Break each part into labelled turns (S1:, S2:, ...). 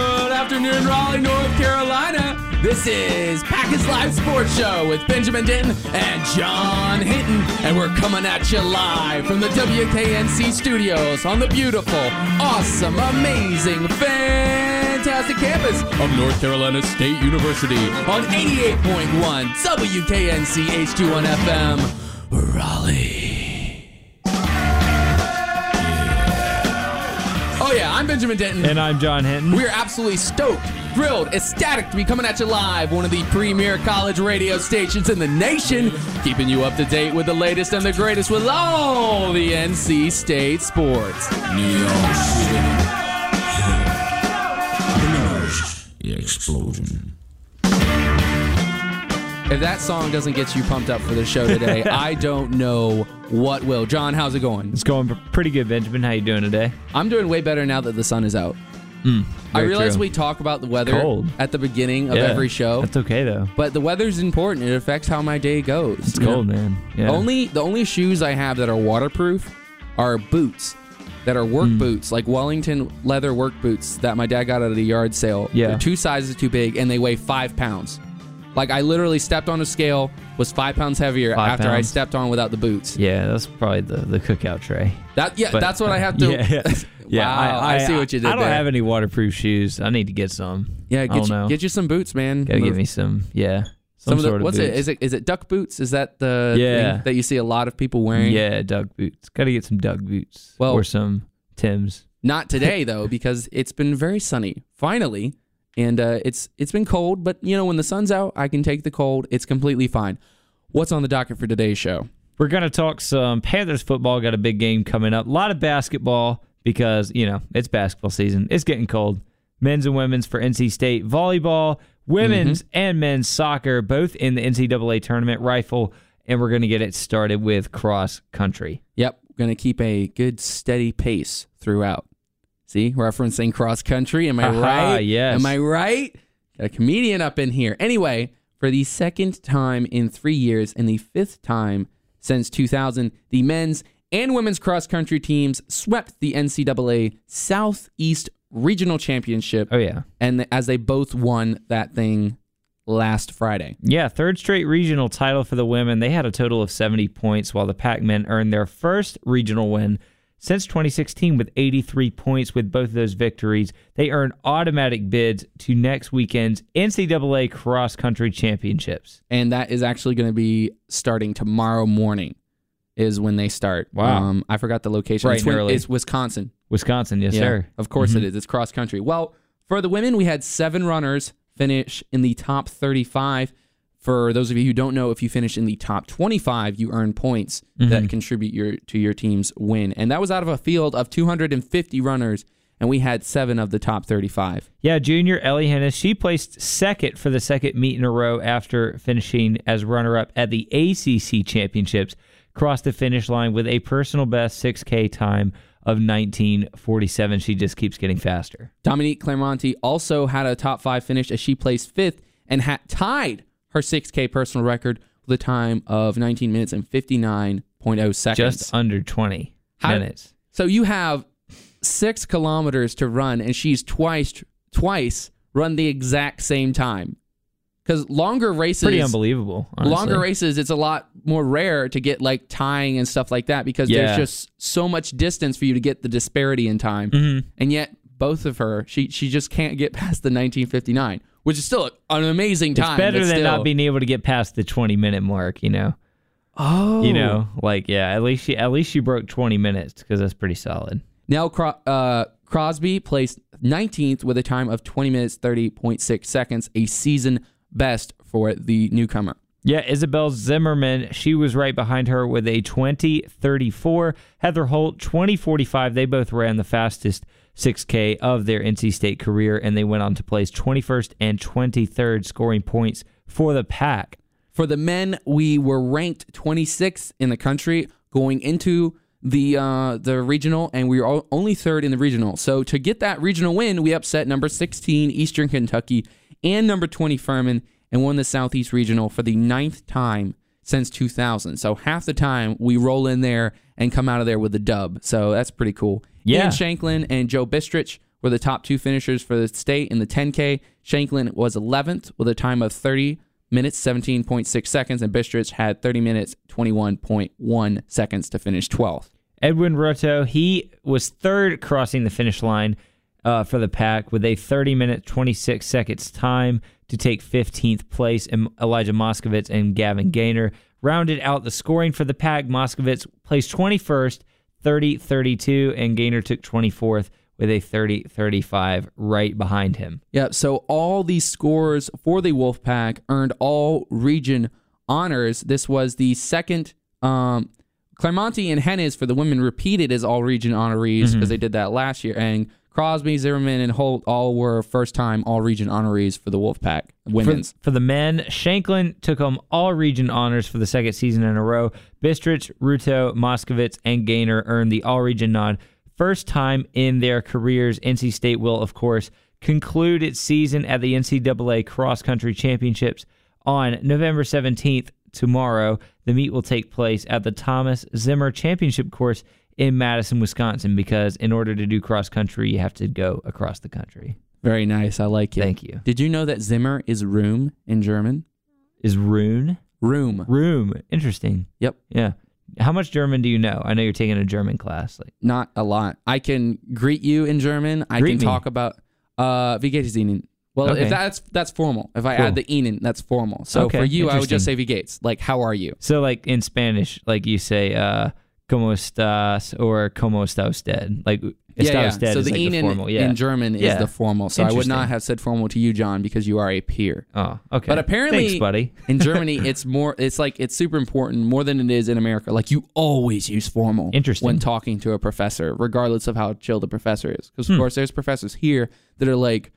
S1: afternoon, Raleigh, North Carolina. This is Packers Live Sports Show with Benjamin Denton and John Hinton. And we're coming at you live from the WKNC studios on the beautiful, awesome, amazing, fantastic campus of North Carolina State University on 88.1 WKNC HQ1 FM, Raleigh. Yeah. Oh, yeah, I'm Benjamin Denton.
S2: And I'm John Hinton.
S1: We are absolutely stoked, thrilled, ecstatic to be coming at you live, one of the premier college radio stations in the nation, keeping you up to date with the latest and the greatest with all the NC State sports.
S3: explosion.
S1: If that song doesn't get you pumped up for the show today, I don't know what will. John, how's it going?
S2: It's going pretty good, Benjamin. How you doing today?
S1: I'm doing way better now that the sun is out. I
S2: Hmm, very
S1: realize
S2: true.
S1: we talk about the weather
S2: Cold.
S1: at the beginning of every show,
S2: That's okay though.
S1: but the weather's important. It affects how my day goes.
S2: It's cold, man. Yeah.
S1: Only the only shoes I have that are waterproof are boots that are work
S2: Hmm.
S1: boots, like Wellington leather work boots that my dad got out of the yard sale.
S2: Yeah.
S1: They're two sizes too big and they weigh five pounds. Like I literally stepped on a scale, was five pounds heavier
S2: Five
S1: after I
S2: pounds?
S1: stepped on without the boots.
S2: Yeah, that's probably the, the cookout tray.
S1: That yeah,
S2: But-
S1: that's what I have to.
S2: Yeah, yeah. yeah
S1: Wow, I, see what you did
S2: I don't
S1: there.
S2: have any waterproof shoes. I need to get some.
S1: yeah,
S2: I
S1: get
S2: don't
S1: you,
S2: know.
S1: get you some boots, man.
S2: Gotta
S1: Move-
S2: get me some. Yeah, some,
S1: some of the,
S2: sort of
S1: what's it?
S2: boots.
S1: Is it is it duck boots? Is that the thing
S2: Yeah.
S1: that you see a lot of people wearing?
S2: Yeah, Doug boots. Gotta get some Doug boots.
S1: Well-
S2: or some Tim's.
S1: Not today though, because it's been very sunny finally, and uh, it's it's been cold. But you know, when the sun's out, I can take the cold. It's completely fine. What's on the docket for today's show?
S2: We're going to talk some Panthers football. Got a big game coming up. A lot of basketball because, you know, it's basketball season. It's getting cold. Men's and women's for NC State. Volleyball, women's and men's soccer, both in the NCAA tournament rifle. And we're going to get it started with cross country.
S1: Yep, gonna keep a good steady pace throughout. See, referencing cross country. Am I
S2: Aha,
S1: right?
S2: yes.
S1: Am I right? Got a comedian up in here. Anyway, for the second time in three years and the fifth time since 2000, the men's and women's cross country teams swept the NCAA Southeast Regional Championship,
S2: Oh, yeah.
S1: and as they both won that thing last Friday.
S2: Yeah, third straight regional title for the women. They had a total of 70 points, while the Pac Men earned their first regional win since 2016 with 83 points. With both of those victories, they earned automatic bids to next weekend's NCAA Cross Country Championships.
S1: and that is actually going to be starting tomorrow morning is when they start
S2: Wow.
S1: um, i forgot the location
S2: Bright
S1: it's,
S2: and
S1: Win-
S2: early. Mm-hmm.
S1: it's wisconsin
S2: Wisconsin, yes, sir.
S1: of course it is it's cross country well for the women we had seven runners finish in the top 35 for those of you who don't know if you finish in the top 25 you earn points
S2: Mm-hmm.
S1: that contribute your to your team's win and that was out of a field of 250 runners and we had seven of the top 35
S2: Yeah, junior Ellie Hennis, she placed second for the second meet in a row after finishing as runner up at the ACC Championships, crossed the finish line with a personal best 6K time of 1947. She just keeps getting faster.
S1: Dominique Claremonti also had a top five finish as she placed fifth and had tied her 6K personal record with a time of 19 minutes and 59.0 seconds.
S2: Just under 20
S1: How-
S2: minutes.
S1: so you have six kilometers to run, and she's twice twice run the exact same time. Because longer races,
S2: Pretty unbelievable. Honestly.
S1: longer races, it's a lot more rare to get like tying and stuff like that because
S2: Yeah.
S1: there's just so much distance for you to get the disparity in time.
S2: Mm-hmm.
S1: And yet, both of her, she she just can't get past the 1959, which is still an amazing time.
S2: It's better
S1: but
S2: than
S1: still-
S2: not being able to get past the 20 minute mark, you know. Oh. You know, like yeah, at least she at least she broke 20 minutes cuz that's pretty solid.
S1: Nell Cro- uh, Crosby placed 19th with a time of 20 minutes 30.6 seconds, a season best for the newcomer.
S2: Yeah, Isabel Zimmerman, she was right behind her with a 2034. Heather Holt, 2045. They both ran the fastest 6K of their NC State career, and they went on to place 21st and 23rd, scoring points for the pack.
S1: For the men, we were ranked 26th in the country going into the uh, the regional, and we were o- only third in the regional. So to get that regional win, we upset number 16 Eastern Kentucky and number 20 Furman, and won the Southeast Regional for the ninth time since 2000. So half the time we roll in there and come out of there with a dub. So that's pretty cool.
S2: Yeah.
S1: Ian Shanklin and Joe Bistrich were the top two finishers for the state in the 10K. Shanklin was 11th with a time of 30 minutes, 17.6 seconds, and Bistritz had 30 minutes, 21.1 seconds to finish 12th.
S2: Edwin Roto, he was third crossing the finish line uh, for the pack with a 30 minute 26 seconds time to take 15th place. And Elijah Moskovitz and Gavin Gaynor rounded out the scoring for the pack. Moskovitz placed 21st, 30 32, and Gaynor took 24th with a 30 35 right behind him.
S1: Yep. So all these scores for the Wolfpack earned all region honors. This was the second. Um, Clermonti and Hennes for the women repeated as all region honorees
S2: Mm-hmm.
S1: because they did that last year. And Crosby, Zimmerman, and Holt all were first time all region honorees for the Wolfpack
S2: For,
S1: women's.
S2: for the men, Shanklin took home all region honors for the second season in a row. Bistrich, Ruto, Moskovitz, and Gaynor earned the all region nod. First time in their careers, NC State will, of course, conclude its season at the NCAA Cross Country Championships on November 17th, tomorrow. The meet will take place at the Thomas Zimmer Championship course in Madison, Wisconsin, because in order to do cross country, you have to go across the country.
S1: Very nice. I like it.
S2: Thank you.
S1: Did you know that Zimmer is room in German?
S2: Is Rune?
S1: Room.
S2: Room. Interesting.
S1: Yep.
S2: Yeah. How much German do you know? I know you're taking a German class. Like
S1: Not a lot. I can greet you in German. I
S2: Greet
S1: can
S2: me.
S1: talk about uh wie geht es Ihnen? Well,
S2: Okay.
S1: if that's that's formal. If I
S2: Cool.
S1: add the Ihnen, that's formal. So
S2: Okay,
S1: for you, I would just
S2: interesting.
S1: say wie geht's. Like how are you?
S2: so like in Spanish, like you say uh como estás or como está usted. Like está usted
S1: So
S2: is
S1: the
S2: like the
S1: Ihnen
S2: formal. Yeah.
S1: in German is
S2: Yeah.
S1: the formal. So I would not
S2: Interesting.
S1: have said formal to you, John, because you are a peer.
S2: oh, okay.
S1: But apparently
S2: Thanks, buddy.
S1: in Germany it's more it's like it's super important more than it is in America. Like you always use formal
S2: Interesting.
S1: when talking to a professor, regardless of how chill the professor is. Because
S2: Hmm.
S1: of course there's professors here that are like,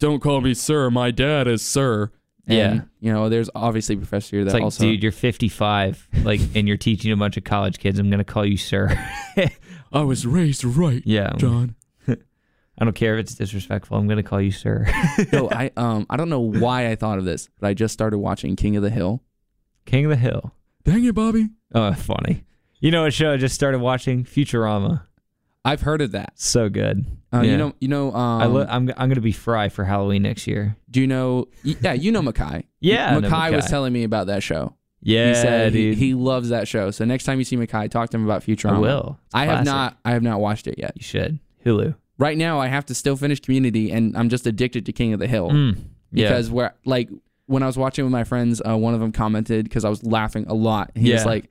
S1: Don't call me sir, my dad is sir. And,
S2: Yeah.
S1: You know, there's obviously professors here that
S2: It's like,
S1: also
S2: dude, you're 55, like, and you're teaching a bunch of college kids. I'm gonna call you sir.
S1: I was raised right,
S2: yeah,
S1: John.
S2: I don't care if it's disrespectful. I'm gonna call you sir.
S1: no, I um I don't know why I thought of this, but I just started watching King of the Hill.
S2: King of the Hill.
S1: Dang it, Bobby.
S2: Oh, funny. You know what show I just started watching? Futurama.
S1: I've heard of that.
S2: So good.
S1: Uh,
S2: Yeah.
S1: You know, you know. Um,
S2: I lo- I'm I'm gonna be Fry for Halloween next year.
S1: do you know? y- Yeah, you know Mackay.
S2: Yeah, I know
S1: Mackay, was
S2: Mackay.
S1: telling me about that show.
S2: Yeah,
S1: he said
S2: dude.
S1: He, he loves that show. So next time you see Mackay, talk to him about Futurama.
S2: I will. It's
S1: I have
S2: classic.
S1: not. I have not watched it yet.
S2: You should Hulu.
S1: Right now, I have to still finish Community, and I'm just addicted to King of the Hill
S2: Mm, Yeah.
S1: because where like when I was watching with my friends, uh, one of them commented because I was laughing a lot. He was
S2: Yeah.
S1: like.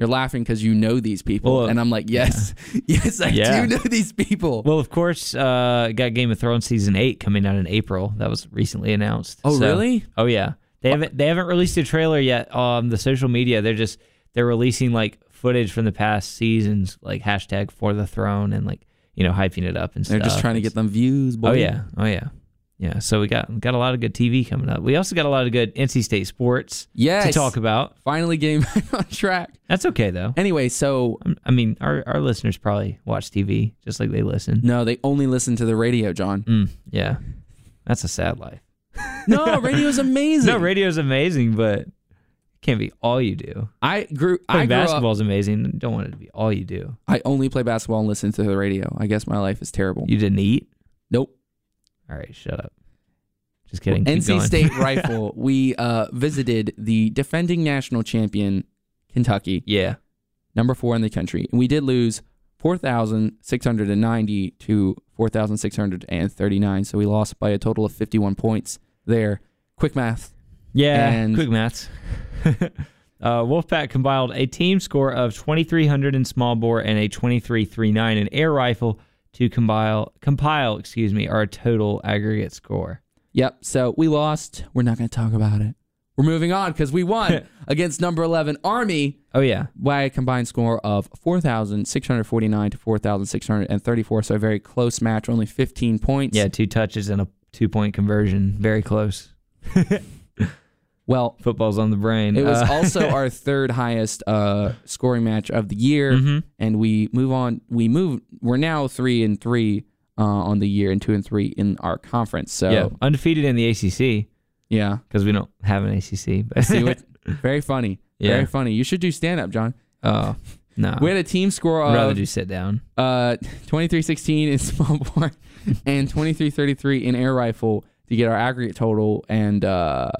S1: You're laughing because you know these people,
S2: Well,
S1: and I'm like, yes, yes, I
S2: Yeah.
S1: do know these people.
S2: well, of course, uh, got Game of Thrones season eight coming out in April. That was recently announced.
S1: Oh,
S2: So-
S1: really?
S2: Oh yeah. They haven't they haven't released a trailer yet on the social media. They're just they're releasing like footage from the past seasons, like hashtag for the throne and like you know hyping it up and
S1: They're
S2: stuff.
S1: just trying to get them views. Boy.
S2: Oh yeah, oh yeah, yeah. So we got got a lot of good TV coming up. We also got a lot of good NC State sports to
S1: Yes.
S2: talk about.
S1: finally getting back on track.
S2: That's okay though.
S1: Anyway, so
S2: I'm- I mean, our our listeners probably watch TV just like they listen.
S1: no, they only listen to the radio, John.
S2: Mm, yeah, that's a sad life.
S1: No, radio's amazing.
S2: No, radio's amazing, but it can't be all you do.
S1: I grew. I
S2: Playing
S1: grew up.
S2: basketball's amazing. Don't want it to be all you do.
S1: I only play basketball and listen to the radio. I guess my life is terrible.
S2: You didn't eat.
S1: nope.
S2: All right, shut up. Just kidding. Keep
S1: NC
S2: going.
S1: State Rifle. We uh, visited the defending national champion, Kentucky,
S2: yeah,
S1: number four in the country, and we did lose four thousand six hundred and ninety to four thousand six hundred and thirty-nine. So we lost by a total of fifty-one points there. Quick math.
S2: yeah.
S1: And-
S2: quick maths. uh, Wolfpack compiled a team score of 2300 in small bore and a 2339 in air rifle to compile compile, excuse me, our total aggregate score.
S1: Yep. So we lost. We're not going to talk about it. We're moving on because we won against number 11 Army
S2: Oh yeah,
S1: by a combined score of 4,649 to 4,634. So a very close match, only 15 points.
S2: yeah, two touches and a two point conversion, very close.
S1: Well,
S2: Football's on the brain.
S1: it was
S2: Uh,
S1: also our third highest uh, scoring match of the year.
S2: Mm-hmm.
S1: And we move on. We move. We're now three and three uh, on the year and two and three in our conference. So,
S2: yeah, undefeated in the ACC
S1: yeah.
S2: because we don't have an ACC. But
S1: See what? very funny.
S2: Yeah.
S1: Very funny. You should do stand up, John.
S2: Oh, No.
S1: We had a team score
S2: I'd rather
S1: of
S2: do sit down.
S1: uh, 2316 in smallborn and 2333 in air rifle to get our aggregate total. And uh,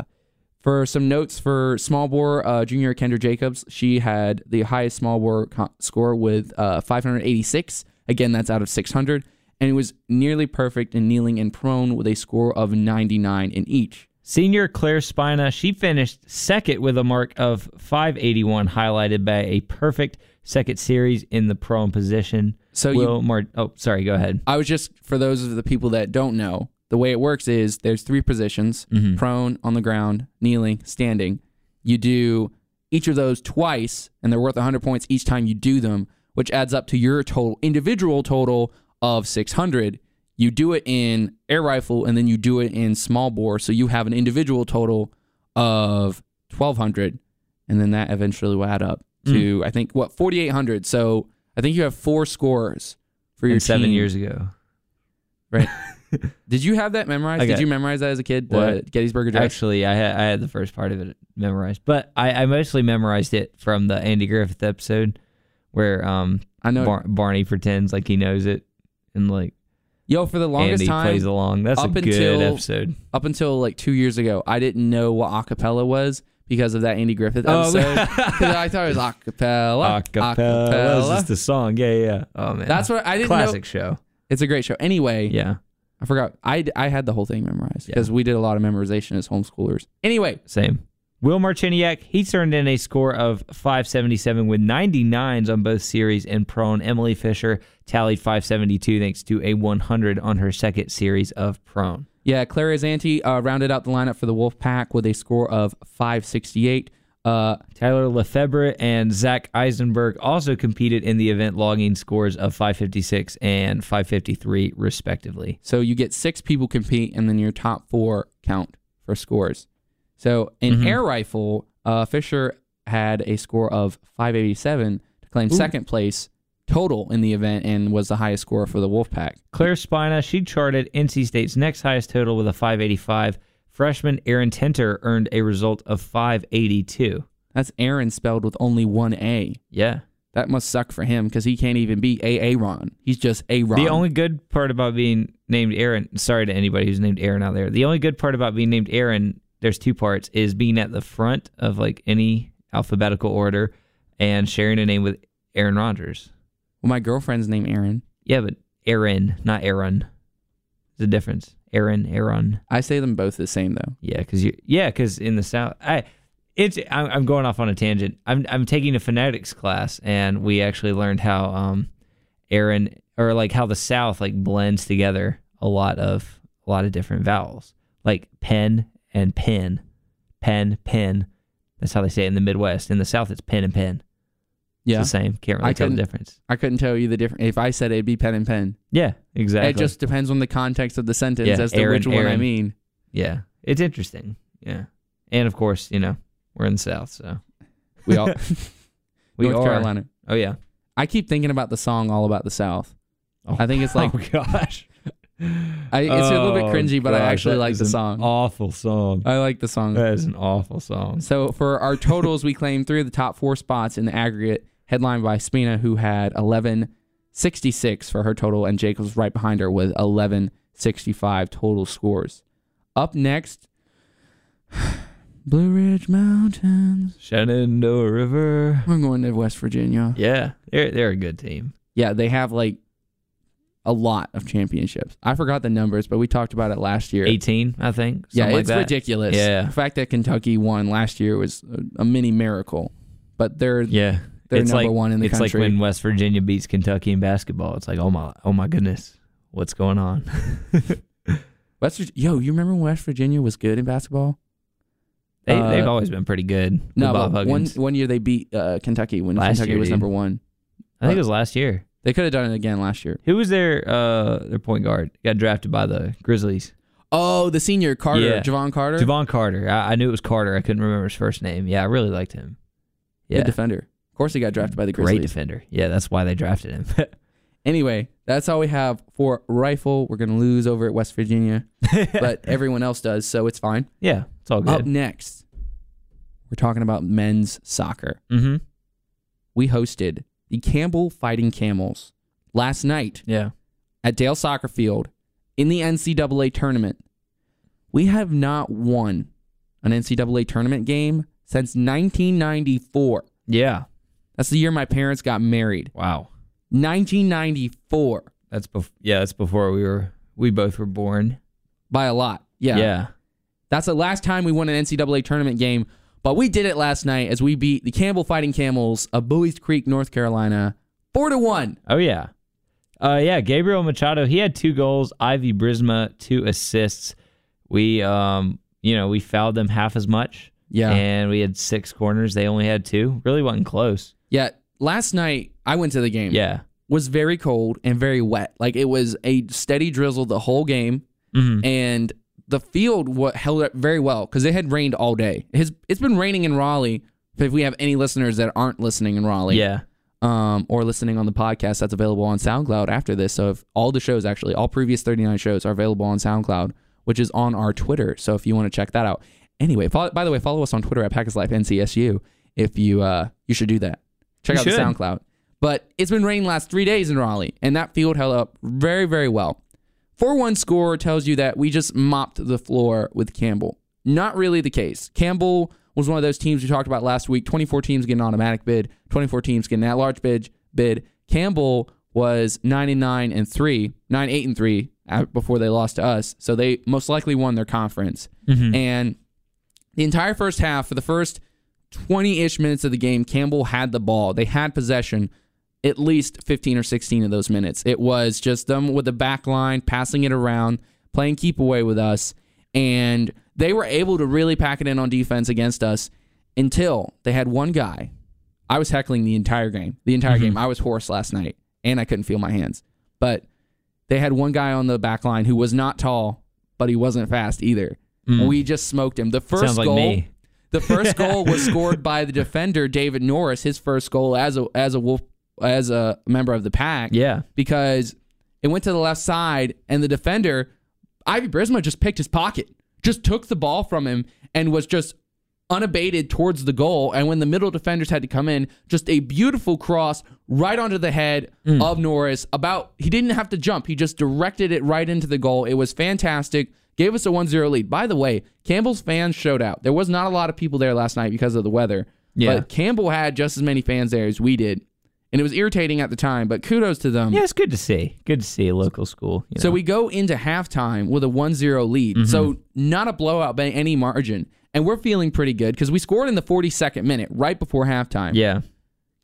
S1: for some notes for small bore, uh, junior Kendra Jacobs, she had the highest small bore co- score with uh, 586. Again, that's out of 600. And it was nearly perfect in kneeling and prone with a score of 99 in each.
S2: Senior Claire Spina, she finished second with a mark of 581, highlighted by a perfect second series in the prone position.
S1: So you-
S2: Will Mar- oh, sorry, go ahead.
S1: I was just for those of the people that don't know, the way it works is there's three positions:
S2: Mm-hmm.
S1: prone, on the ground, kneeling, standing. You do each of those twice, and they're worth 100 points each time you do them, which adds up to your total individual total of 600. You do it in air rifle, and then you do it in small bore, so you have an individual total of 1200, and then that eventually will add up
S2: Hmm.
S1: to I think what 4800. So I think you have four scores for your
S2: And seven
S1: team.
S2: years ago.
S1: Right. Did you have that memorized?
S2: Okay.
S1: Did you memorize that as a kid? The
S2: What?
S1: Gettysburg Address.
S2: Actually, I had, I had the first part of it memorized, but I, I mostly memorized it from the Andy Griffith episode where um
S1: I know.
S2: Bar- Barney pretends like he knows it and like
S1: Yo, for the longest
S2: Andy
S1: time,
S2: plays along. That's a
S1: up
S2: good
S1: until-
S2: episode.
S1: up until like two years ago, I didn't know what acapella was because of that Andy Griffith
S2: Oh.
S1: episode. 'Cause I thought it was acapella.
S2: Acapella. That's just a song. Yeah, yeah, yeah. Oh man,
S1: That's what I didn't
S2: classic
S1: know.
S2: show.
S1: It's a great show. Anyway,
S2: Yeah.
S1: I forgot. I, I had the whole thing memorized because we did a lot of memorization as homeschoolers. Anyway,
S2: Same. Will Marchiniak, he turned in a score of 577 with 99s on both series and prone. Emily Fisher tallied 572 thanks to a 100 on her second series of prone.
S1: Yeah, Claire Zanti uh, rounded out the lineup for the Wolf Pack with a score of 568. Uh,
S2: Tyler Lefebvre and Zach Eisenberg also competed in the event, logging scores of 556 and 553, respectively.
S1: so you get six people compete, and then your top four count for scores. So in
S2: Mm-hmm.
S1: air rifle, uh, Fisher had a score of 587 to claim second place total in the event and was the highest score for the Wolf Pack.
S2: Claire Spina, she charted NC State's next highest total with a 585. Freshman Aaron Tinter earned a result of 582.
S1: That's Aaron spelled with only one A.
S2: Yeah.
S1: That must suck for him because he can't even be Aaron. He's just Aaron.
S2: The only good part about being named Aaron, sorry to anybody who's named Aaron out there. The only good part about being named Aaron, there's two parts, is being at the front of like any alphabetical order and sharing a name with Aaron Rodgers.
S1: well, my girlfriend's name Aaron.
S2: Yeah, but Aaron, not Aaron. There's a difference. Aaron, Aaron.
S1: I say them both the same though.
S2: Yeah, because you. Yeah, because in the south, I. It's. I'm, I'm going off on a tangent. I'm. I'm taking a phonetics class, and we actually learned how, um, Aaron or like how the South like blends together a lot of a lot of different vowels, like pen and pin, pen pin. That's how they say it in the Midwest. In the South, it's pen and pin.
S1: Yeah.
S2: It's the same. Can't really
S1: I
S2: tell the
S1: couldn't-
S2: difference.
S1: I couldn't tell you the difference. If I said it, it'd be pen and pen.
S2: Yeah, exactly.
S1: It just depends on the context of the sentence
S2: Yeah,
S1: as to
S2: Aaron,
S1: which one I
S2: Aaron.
S1: mean.
S2: yeah, it's interesting. Yeah, and of course, you know, we're in the South, so
S1: We all
S2: we
S1: North
S2: are.
S1: Carolina.
S2: Oh yeah.
S1: I keep thinking about the song "All About the South."
S2: Oh.
S1: I think it's like
S2: oh gosh, Oh,
S1: I, it's a little bit cringy, but I actually like the song. Um,
S2: Awful song.
S1: I like the song.
S2: That is an awful song.
S1: So for our totals, we claim three of the top four spots in the aggregate, headlined by Spina, who had eleven sixty six for her total, and Jacobs right behind her with eleven sixty five total scores. Up next, Blue Ridge Mountains.
S2: Shenandoah River.
S1: We're going to West Virginia.
S2: Yeah, they're they're a good team.
S1: Yeah, they have like a lot of championships. I forgot the numbers, but we talked about it last year.
S2: Eighteen, I think.
S1: yeah,
S2: something like
S1: it's
S2: that.
S1: ridiculous.
S2: Yeah.
S1: The fact that Kentucky won last year was a, a mini miracle. But they're
S2: Yeah,
S1: They're
S2: it's
S1: number
S2: like,
S1: one in the
S2: it's
S1: country.
S2: like when West Virginia beats Kentucky in basketball. It's like oh my oh my goodness, what's going on?
S1: West Vir- Yo, you remember when West Virginia was good in basketball?
S2: They
S1: Uh,
S2: they've always been pretty good. with
S1: No,
S2: Bob
S1: but one
S2: Huggins.
S1: one year they beat uh, Kentucky when
S2: Last
S1: Kentucky
S2: year,
S1: was
S2: dude.
S1: number one.
S2: I think it was last year.
S1: They could have done it again last year.
S2: Who was their uh their point guard? Got drafted by the Grizzlies.
S1: Oh, the senior Carter,
S2: Yeah.
S1: Javon Carter,
S2: Javon Carter. I, I knew it was Carter. I couldn't remember his first name. Yeah, I really liked him.
S1: good
S2: Yeah,
S1: defender. Of course, he got drafted by the
S2: great
S1: Grizzlies.
S2: defender. Yeah, that's why they drafted him.
S1: Anyway, that's all we have for rifle. We're gonna lose over at West Virginia, but everyone else does, so it's fine.
S2: yeah, it's all
S1: Up
S2: good.
S1: next, we're talking about men's soccer.
S2: mm-hmm.
S1: We hosted the Campbell Fighting Camels last night
S2: Yeah.
S1: at Dale Soccer Field in the NCAA tournament. We have not won an NCAA tournament game since 1994.
S2: Yeah.
S1: That's the year my parents got married.
S2: Wow.
S1: 1994
S2: That's bef- yeah, that's before we were we both were born.
S1: by a lot. Yeah. That's the last time we won an NCAA tournament game, but we did it last night as we beat the Campbell Fighting Camels of Bowie's Creek, North Carolina, 4 to 1.
S2: Oh yeah. Uh yeah, Gabriel Machado, he had two goals, Ivy Brisma two assists. We um you know, we fouled them half as much.
S1: Yeah.
S2: And we had six corners. They only had two. Really wasn't close.
S1: Yeah, last night I went to the game.
S2: Yeah.
S1: was very cold and very wet. Like it was a steady drizzle the whole game,
S2: Mhm.
S1: and the field what held up very well because it had rained all day. It has, it's been raining in Raleigh. If we have any listeners that aren't listening in Raleigh,
S2: Yeah.
S1: um, or listening on the podcast that's available on SoundCloud after this. So if all the shows actually, all previous 39 shows are available on SoundCloud, which is on our Twitter. So if you want to check that out. Anyway, follow, by the way, follow us on Twitter at Packers Life NCSU. If you uh, you should do that. Check
S2: You
S1: out
S2: should.
S1: the SoundCloud. But it's been raining last three days in Raleigh, and that field held up very, very well. 4 1 score tells you that we just mopped the floor with Campbell. Not really the case. Campbell was one of those teams we talked about last week 24 teams getting automatic bid, 24 teams getting at large bid. bid. Campbell was 9 and 9 and 3, 9 8 and 3 uh, before they lost to us. So they most likely won their conference. And the entire first half, for the first 20 ish minutes of the game, Campbell had the ball. They had possession at least 15 or 16 of those minutes. It was just them with the back line, passing it around, playing keep away with us. And they were able to really pack it in on defense against us until they had one guy. I was heckling the entire game. The entire
S2: Mm-hmm.
S1: game. I was hoarse last night and I couldn't feel my hands. But they had one guy on the back line who was not tall, but he wasn't fast either. We just smoked him. The first
S2: Mm. Sounds like
S1: goal
S2: me.
S1: the first goal was scored by the defender David Norris, his first goal as a as a wolf as a member of the pack.
S2: Yeah.
S1: Because it went to the left side and the defender, Ivy Brisma just picked his pocket, just took the ball from him and was just unabated towards the goal. And when the middle defenders had to come in, just a beautiful cross right onto the head of Norris. About he didn't have to jump. He just directed it right into the goal. It was fantastic. Gave us a 1-0 lead. By the way, Campbell's fans showed out. There was not a lot of people there last night because of the weather.
S2: Yeah.
S1: But Campbell had just as many fans there as we did. And it was irritating at the time, but kudos to them.
S2: Yeah, it's good to see. Good to see a local school. you
S1: So
S2: know.
S1: we go into halftime with a 1-0 lead. So not a blowout by any margin. And we're feeling pretty good because we scored in the 42nd minute right before halftime.
S2: Yeah.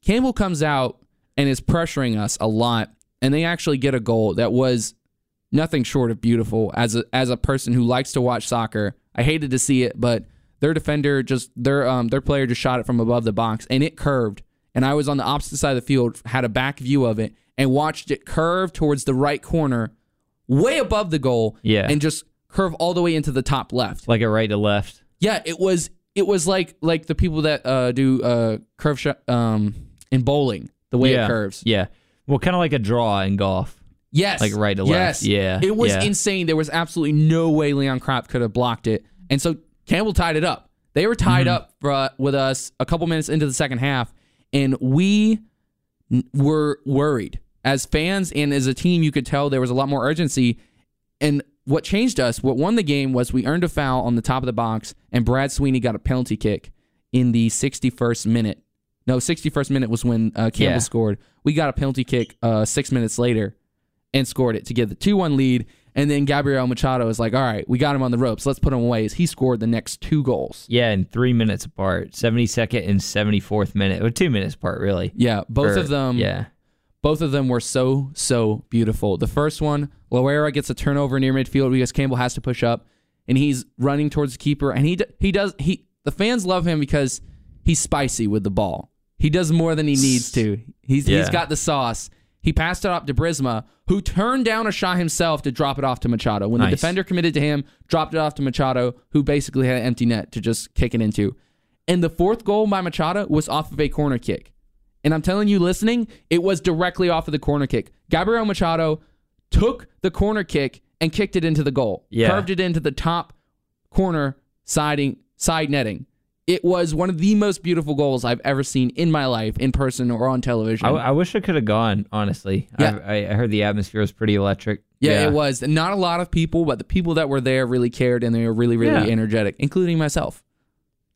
S1: Campbell comes out and is pressuring us a lot, and they actually get a goal that was nothing short of beautiful. As a, as a person who likes to watch soccer, I hated to see it, but their defender just their um their player just shot it from above the box and it curved. And I was on the opposite side of the field, had a back view of it, and watched it curve towards the right corner, way above the goal,
S2: Yeah.
S1: and just curve all the way into the top left.
S2: Like a right to left.
S1: Yeah, it was it was like like the people that uh, do uh, curve shot um, in bowling the way
S2: yeah.
S1: it curves.
S2: Yeah. Well, kind of like a draw in golf.
S1: Yes,
S2: Like right to
S1: yes.
S2: left. Yeah,
S1: it was
S2: yeah.
S1: insane. There was absolutely no way Leon Kropp could have blocked it, and so Campbell tied it up. They were tied up
S2: Mm-hmm.
S1: uh, with us a couple minutes into the second half, and we n- were worried as fans and as a team. You could tell there was a lot more urgency. And what changed us, what won the game, was we earned a foul on the top of the box, and Brad Sweeney got a penalty kick in the 61st minute. No, 61st minute was when uh, Campbell
S2: Yeah.
S1: scored. We got a penalty kick uh, six minutes later and scored it to get the 2 1 lead. And then Gabriel Machado is like, all right, we got him on the ropes. Let's put him away. As He scored the next two goals.
S2: Yeah, and three minutes apart, 72nd and 74th minute, or two minutes apart, really.
S1: Yeah, both
S2: Or-
S1: of them.
S2: Yeah,
S1: Both of them were so, so beautiful. The first one, Loera gets a turnover near midfield because Campbell has to push up and he's running towards the keeper. And he d- he does, he the fans love him because he's spicy with the ball. He does more than he needs to. He's, he's
S2: Yeah.
S1: got the sauce. He passed it off to Brisma, who turned down a shot himself to drop it off to Machado. When the
S2: Nice.
S1: defender committed to him, dropped it off to Machado, who basically had an empty net to just kick it into. And the fourth goal by Machado was off of a corner kick. And I'm telling you, listening, it was directly off of the corner kick. Gabriel Machado took the corner kick and kicked it into the goal.
S2: Yeah.
S1: Curved it into the top corner siding side netting. It was one of the most beautiful goals I've ever seen in my life, in person or on television.
S2: I, I wish I could have gone. Honestly,
S1: Yeah.
S2: I, I heard the atmosphere was pretty electric.
S1: yeah, it was. Not a lot of people, but the people that were there really cared and they were really, really
S2: Yeah.
S1: energetic, including myself.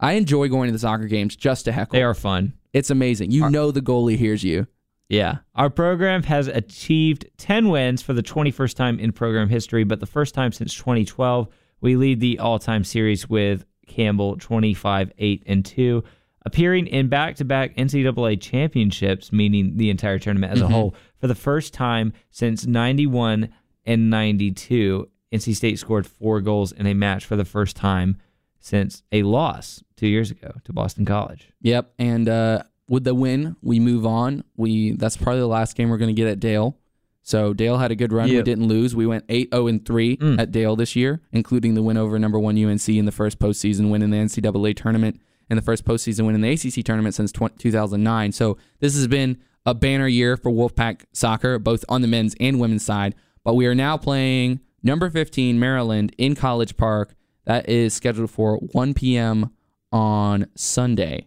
S1: I enjoy going to the soccer games just to heckle.
S2: They are fun.
S1: It's amazing. You know the goalie hears you.
S2: Yeah. Our program has achieved 10 wins for the 21st time in program history, but the first time since 2012. We lead the all time series with Campbell 25 8 and 2, appearing in back to back NCAA championships, meaning the entire tournament as a whole, for the first time since 91 and 92. NC State scored four goals in a match for the first time since a loss two years ago to Boston College.
S1: Yep. And uh, with the win, we move on. We that's probably the last game we're going to get at Dale. So Dale had a good run. We
S2: Yep.
S1: didn't lose. We went 8-0 and 3 at Dale this year, including the win over number 1 UNC in the first postseason win in the NCAA tournament and the first postseason win in the ACC tournament since 20- 2009. So this has been a banner year for Wolfpack soccer, both on the men's and women's side. But we are now playing number 15 Maryland in College Park. That is scheduled for 1 p.m. on Sunday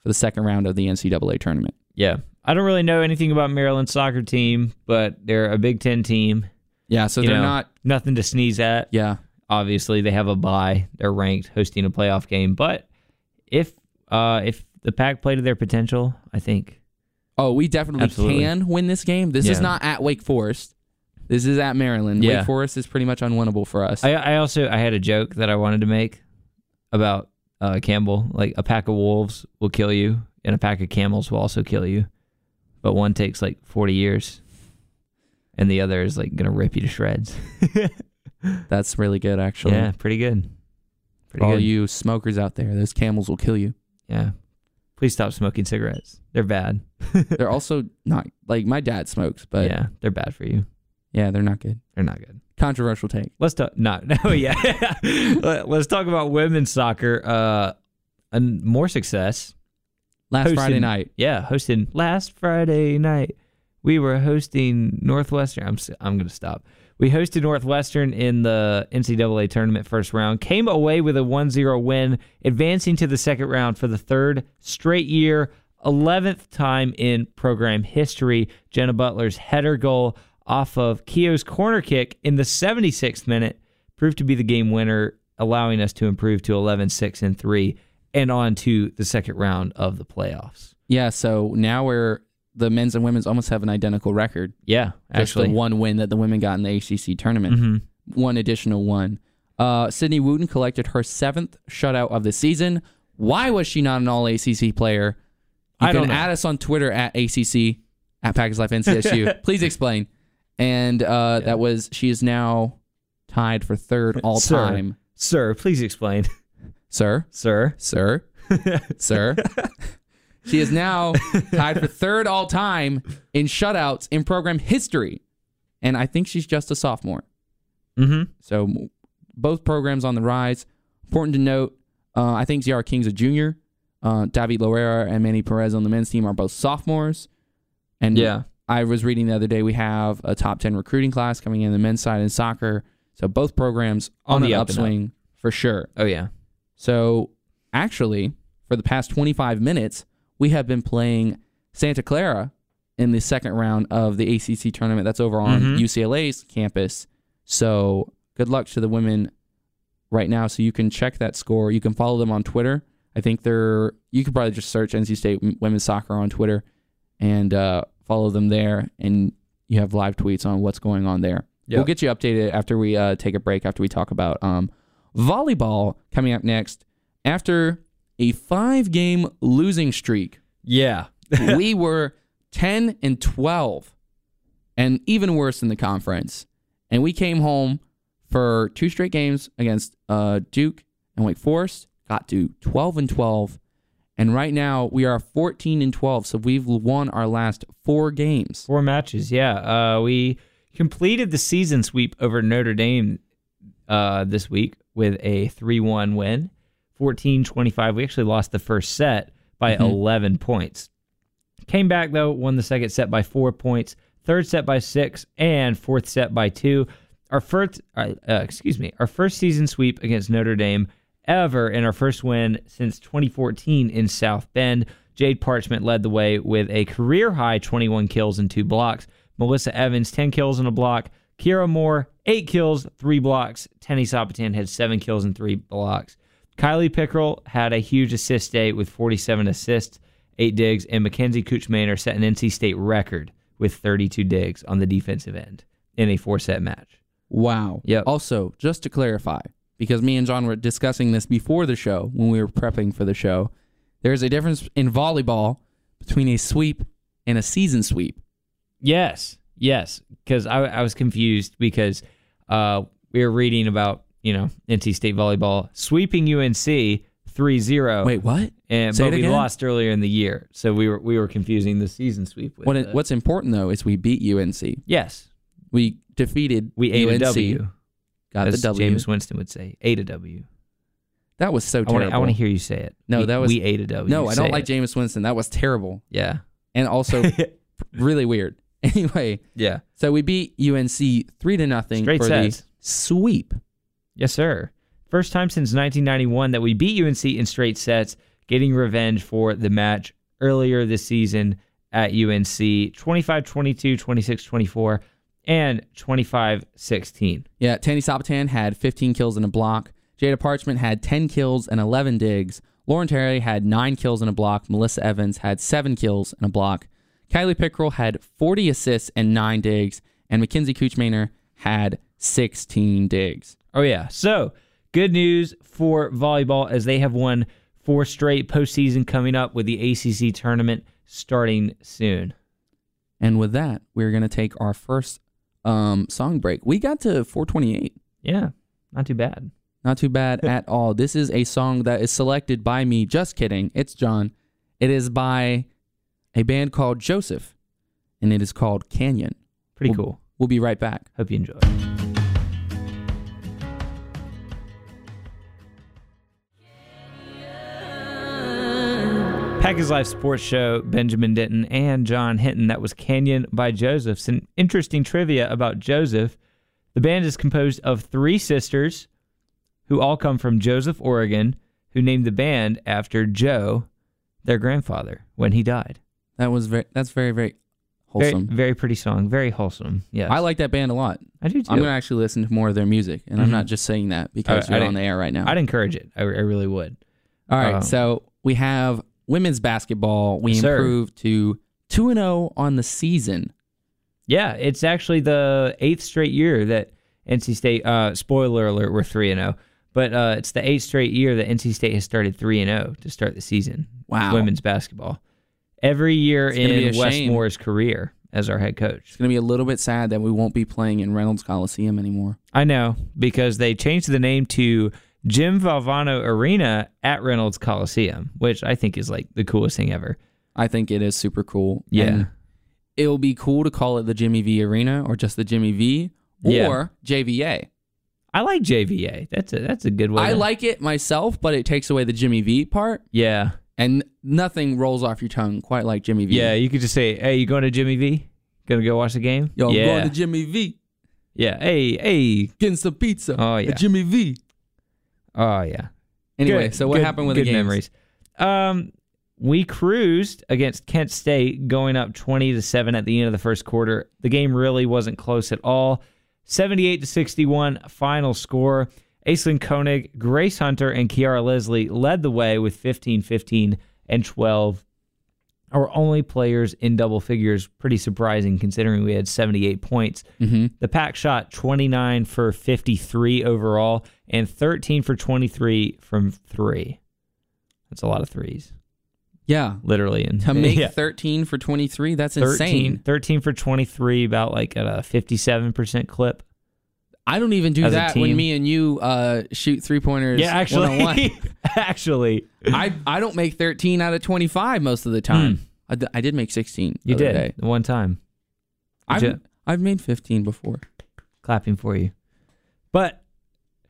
S1: for the second round of the NCAA tournament.
S2: Yeah. I don't really know anything about Maryland's soccer team, but they're a Big Ten team.
S1: Yeah, so
S2: You
S1: they're
S2: know,
S1: not.
S2: nothing to sneeze at.
S1: Yeah,
S2: Obviously, they have a bye. They're ranked, hosting a playoff game. But if uh, if the pack play to their potential, I think
S1: Oh, we definitely
S2: Absolutely.
S1: can win this game. This is
S2: Yeah.
S1: not at Wake Forest. This is at Maryland.
S2: Yeah.
S1: Wake Forest is pretty much unwinnable for us.
S2: I, I also I had a joke that I wanted to make about uh, Campbell. Like a pack of wolves will kill you, and a pack of camels will also kill you, but one takes like forty years, and the other is like gonna rip you to shreds.
S1: That's really good, actually.
S2: Yeah, pretty good.
S1: For
S2: Pretty
S1: all
S2: good.
S1: you smokers out there, those camels will kill you.
S2: yeah. Please stop smoking cigarettes. They're bad.
S1: They're also not like my dad smokes, but yeah,
S2: yeah, they're bad for you.
S1: they're not good.
S2: They're not good.
S1: Controversial take.
S2: Let's talk. Not no. Yeah. Let- Let's talk about women's soccer. Uh, and more success.
S1: Last
S2: Hosting-
S1: Friday night,
S2: Yeah, hosting last Friday night. We were hosting Northwestern. I'm s- I'm gonna stop. We hosted Northwestern in the NCAA tournament first round. Came away with a 1-0 win, advancing to the second round for the third straight year, 11th time in program history. Jenna Butler's header goal off of Keo's corner kick in the 76th minute proved to be the game winner, allowing us to improve to 11-6 and 3 and on to the second round of the playoffs.
S1: yeah. So now we're the men's and women's almost have an identical record.
S2: Yeah,
S1: Just the
S2: actually. Mm-hmm.
S1: one win that the women got in the ACC tournament, one additional one. Uh, Sydney Wooten collected her seventh shutout of the season. Why was she not an All ACC player? You
S2: I
S1: can
S2: don't know.
S1: add us on Twitter at ACC at Packers Life NCSU. Please explain. And uh, that was she is now tied for third all
S2: Sir.
S1: time,
S2: Sir, please explain.
S1: sir,
S2: Sir.
S1: sir, sir. she is now tied for third all time in shutouts in program history, and I think she's just a sophomore.
S2: Mm-hmm.
S1: So m- both programs on the rise. Important to note, uh, I think ZR King's a junior. Uh, David Loera and Manny Perez on the men's team are both sophomores. And
S2: Yeah.
S1: I was reading the other day we have a top 10 recruiting class coming in the men's side in soccer. So both programs on,
S2: On
S1: the
S2: the up and up.
S1: upswing for sure.
S2: Oh yeah.
S1: So actually, for the past 25 minutes, we have been playing Santa Clara in the second round of the ACC tournament that's over on
S2: Mhm.
S1: UCLA's campus. So good luck to the women right now. So you can check that score. You can follow them on Twitter. I think they're, you could probably just search NC State women's soccer on Twitter and uh, follow them there. And you have live tweets on what's going on there.
S2: Yeah.
S1: We'll get you updated after we uh, take a break, after we talk about um, volleyball coming up next. After a five game losing streak,
S2: Yeah.
S1: we were 10 and 12, and even worse in the conference. And we came home for two straight games against uh, Duke and Wake Forest, got to 12 and 12. And right now we are 14 and 12, so we've won our last four games.
S2: Four matches. Yeah. Uh, we completed the season sweep over Notre Dame uh, this week with a 3-1 win, 14-25. We actually lost the first set by 11 points. Came back though, won the second set by four points, third set by six, and fourth set by two. Our first, uh, uh, excuse me, our first season sweep against Notre Dame ever and our first win since 2014 in South Bend. Jade Parchment led the way with a career high 21 kills and two blocks. Melissa Evans, 10 kills and a block. Kira Moore, eight kills, three blocks. Tenny Sapatan had seven kills and three blocks. Kylie Pickrell had a huge assist day with 47 assists, eight digs, and Mackenzie Kuchmaner set an NC State record with 32 digs on the defensive end in a four set match.
S1: Wow.
S2: Yep.
S1: Also, just to clarify, because me and John were discussing this before the show when we were prepping for the show, there is a difference in volleyball between a sweep and a season sweep.
S2: Yes, yes, because I, I was confused because uh, we were reading about, you know, NC State volleyball sweeping UNC 3 0.
S1: Wait, what?
S2: And,
S1: Say
S2: but
S1: it
S2: we
S1: again?
S2: lost earlier in the year, so we were we were confusing the season sweep with
S1: What
S2: the-
S1: it, what's important though is we beat UNC.
S2: Yes,
S1: We defeated
S2: we ate
S1: UNC.
S2: a W,
S1: Got the
S2: as
S1: W.
S2: James Winston would say, ate a W.
S1: that was so
S2: I want
S1: terrible.
S2: to I want to hear you say it.
S1: No,
S2: we,
S1: that was-
S2: we ate a W.
S1: no, I
S2: Say
S1: don't like
S2: it.
S1: James Winston. That was terrible
S2: Yeah,
S1: and also really weird. Anyway,
S2: yeah,
S1: so we beat UNC three to nothing
S2: Straight
S1: for
S2: sets.
S1: the sweep.
S2: yes, sir. First time since 1991 that we beat UNC in straight sets, getting revenge for the match earlier this season at UNC 25-22, 26-24, and 25-16.
S1: Yeah, Tandy Sabatan had 15 kills and a block. Jada Parchment had 10 kills and 11 digs. Lauren Terry had 9 kills and a block. Melissa Evans had 7 kills and a block. Kylie Pickrell had 40 assists and 9 digs. And Mackenzie Kuchmaner had 16 digs.
S2: Oh yeah. So good news for volleyball as they have won four straight postseason coming up with the ACC tournament starting soon.
S1: And with that, we're going to take our first um, song break. We got to 428.
S2: Yeah, not too bad.
S1: Not too bad at all. This is a song that is selected by me. Just kidding. It's John. It is by a band called Joseph, and it is called Canyon.
S2: Pretty
S1: Well-
S2: cool.
S1: We'll be right back.
S2: Hope you enjoy. Packers Life Sports Show, Benjamin Denton and John Hinton. That was Canyon by Joseph. Some interesting trivia about Joseph. The band is composed of three sisters who all come from Joseph, Oregon, who named the band after Joe, their grandfather, when he died.
S1: That was very. That's very very
S2: Very,
S1: wholesome.
S2: very pretty song. Very wholesome. Yes.
S1: I like that band a lot.
S2: I do too.
S1: I'm gonna actually listen to more of their music, and I'm not just saying that because
S2: Mm-hmm. I- I
S1: you're on
S2: didn't-
S1: the air right now.
S2: I'd encourage it. I, I really would.
S1: All right,
S2: um,
S1: so we have women's basketball. We
S2: Yes, sir.
S1: improved to two and zero on the season.
S2: Yeah, it's actually the eighth straight year that NC State. Uh, spoiler alert: we're three and zero, but uh, it's the eighth straight year that NC State has started three and zero to start the season.
S1: Wow.
S2: women's basketball every year
S1: gonna be
S2: in
S1: a shame.
S2: Westmore's career as our head coach.
S1: It's gonna be a little bit sad that we won't be playing in Reynolds Coliseum anymore.
S2: I know because they changed the name to Jim Valvano Arena at Reynolds Coliseum, which I think is like the coolest thing ever.
S1: I think it is super cool.
S2: Yeah.
S1: And it'll be cool to call it the Jimmy V Arena or just the Jimmy V or
S2: Yeah.
S1: JVA.
S2: I like JVA. That's a that's a good way.
S1: I
S2: to-
S1: like it myself, but it takes away the Jimmy V part.
S2: Yeah.
S1: and nothing rolls off your tongue quite like Jimmy V.
S2: Yeah, you could just say, "Hey, you going to Jimmy V? Gonna go watch the game?"
S1: yo, I'm
S2: yeah,
S1: going to Jimmy V,
S2: yeah. Hey, hey.
S1: getting some pizza.
S2: Oh,
S1: at
S2: yeah.
S1: Jimmy V.
S2: Oh yeah.
S1: Anyway,
S2: Good-
S1: so what
S2: good-
S1: happened with
S2: good
S1: the games?
S2: memories? Um, we cruised against Kent State, going up twenty to seven at the end of the first quarter. The game really wasn't close at all. Seventy-eight to sixty-one final score. Aislinn Koenig, Grace Hunter, and Kiara Leslie led the way with 15, 15, and 12 our only players in double figures. Pretty surprising considering we had 78 points.
S1: Mm-hmm.
S2: The pack shot 29 for 53 overall and 13 for 23 from three. That's a lot of threes,
S1: Yeah,
S2: literally. And
S1: to make
S2: yeah.
S1: 13 for 23, that's
S2: 13,
S1: insane.
S2: 13 for 23, about like at a 57% clip.
S1: I don't even do
S2: As a
S1: that when
S2: team.
S1: me and you uh, shoot three pointers.
S2: Yeah, actually,
S1: one-on-one.
S2: actually,
S1: I I don't make 13 out of 25 most of the time. I, d- I did make 16. the
S2: Hmm. you
S1: other
S2: did
S1: Day.
S2: one time.
S1: I've,
S2: you?
S1: I've made 15 before.
S2: clapping for you. But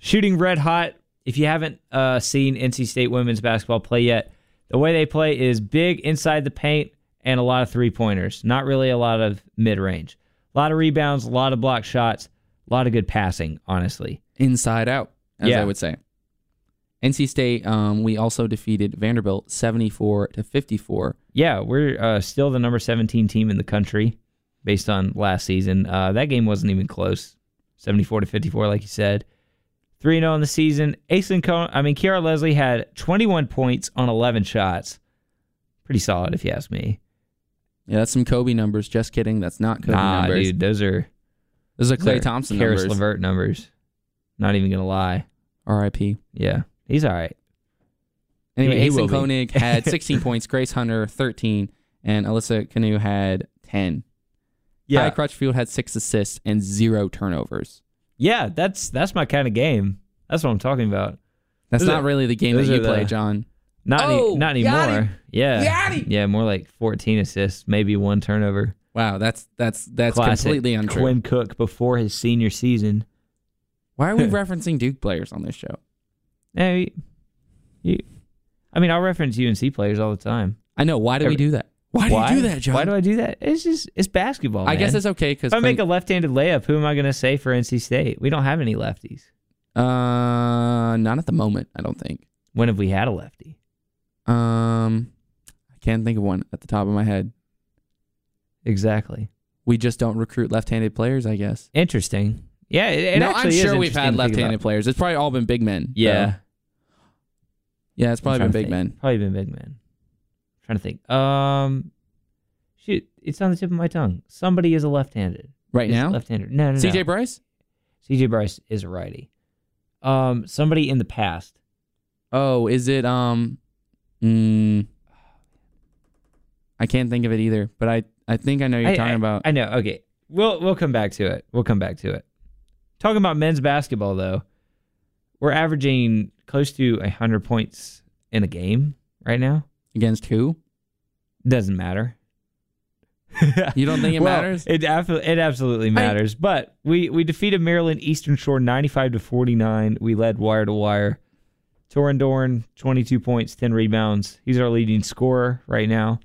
S2: shooting red hot, if you haven't uh, seen NC State women's basketball play yet, the way they play is big inside the paint and a lot of three pointers, not really a lot of mid range. A lot of rebounds, a lot of block shots, a lot of good passing, honestly.
S1: Inside out, as
S2: Yeah.
S1: I would say. NC State, um, we also defeated Vanderbilt 74 to 54.
S2: Yeah, we're uh, still the number 17 team in the country based on last season. Uh, that game wasn't even close. 74 to 54, like you said. 3 0 in the season. Ace and Cone, I mean, Kiara Leslie had 21 points on 11 shots. Pretty solid, if you ask me.
S1: Yeah, that's some Kobe numbers. Just kidding. That's not Kobe
S2: nah,
S1: numbers.
S2: dude, those are
S1: Those are Clay
S2: they're
S1: Thompson
S2: Karis
S1: numbers.
S2: Levert numbers. Not even going to lie.
S1: R.I.P.
S2: Yeah, he's all right.
S1: Anyway,
S2: He- he
S1: Aisin
S2: will be.
S1: Koenig had 16 points. Grace Hunter 13, and Alyssa Canoe had 10. Ty Crutchfield had six assists and zero turnovers.
S2: yeah, that's that's my kind of game. That's what I'm talking about.
S1: That's
S2: Those
S1: not
S2: are-
S1: really the game that
S2: those
S1: you
S2: are
S1: play,
S2: the-
S1: John.
S2: Not any-
S1: Oh,
S2: not
S1: got
S2: anymore.
S1: him.
S2: Yeah,
S1: Got him.
S2: yeah, more like 14 assists, maybe one turnover.
S1: Wow, that's that's that's
S2: Classic
S1: completely untrue.
S2: Quinn Cook before his senior season.
S1: Why are we referencing Duke players on this show?
S2: Hey, you, I mean, I'll reference UNC players all the time.
S1: I know. Why do we
S2: Every-
S1: do that? Why do you do that, John?
S2: Why do I do that? It's just it's basketball.
S1: I guess
S2: man.
S1: it's okay because
S2: if I make a left-handed layup, who am I going to say for NC State? We don't have any lefties.
S1: uh, not at the moment. I don't think.
S2: When have we had a lefty?
S1: Um, I can't think of one at the top of my head.
S2: Exactly.
S1: We just don't recruit left-handed players, I guess.
S2: Interesting. Yeah, it, it
S1: no, I'm
S2: actually is
S1: sure we've had
S2: interesting to think
S1: left-handed
S2: about.
S1: players. It's probably all been big men.
S2: Yeah,
S1: though. yeah, it's probably been
S2: I'm trying
S1: big
S2: to think.
S1: men.
S2: Probably been big man. trying to think. Um, shoot, it's on the tip of my tongue. Somebody is a left-handed.
S1: Right
S2: Is
S1: now,
S2: left-handed. No, no, no.
S1: CJ Bryce.
S2: CJ Bryce is a righty. Um, somebody in the past.
S1: Oh, is it um? Mm, I can't think of it either, but I I think I know you're
S2: I-
S1: talking
S2: I-
S1: about.
S2: I know. Okay, we'll we'll come back to it. We'll come back to it. Talking about men's basketball though, we're averaging close to hundred points in a game right now.
S1: Against who?
S2: Doesn't matter.
S1: You don't think it
S2: Well,
S1: matters?
S2: It, af- it absolutely matters. but we, we defeated Maryland Eastern Shore 95 to 49. We led wire to wire. Torin Dorn, 22 points, 10 rebounds. He's our leading scorer right now.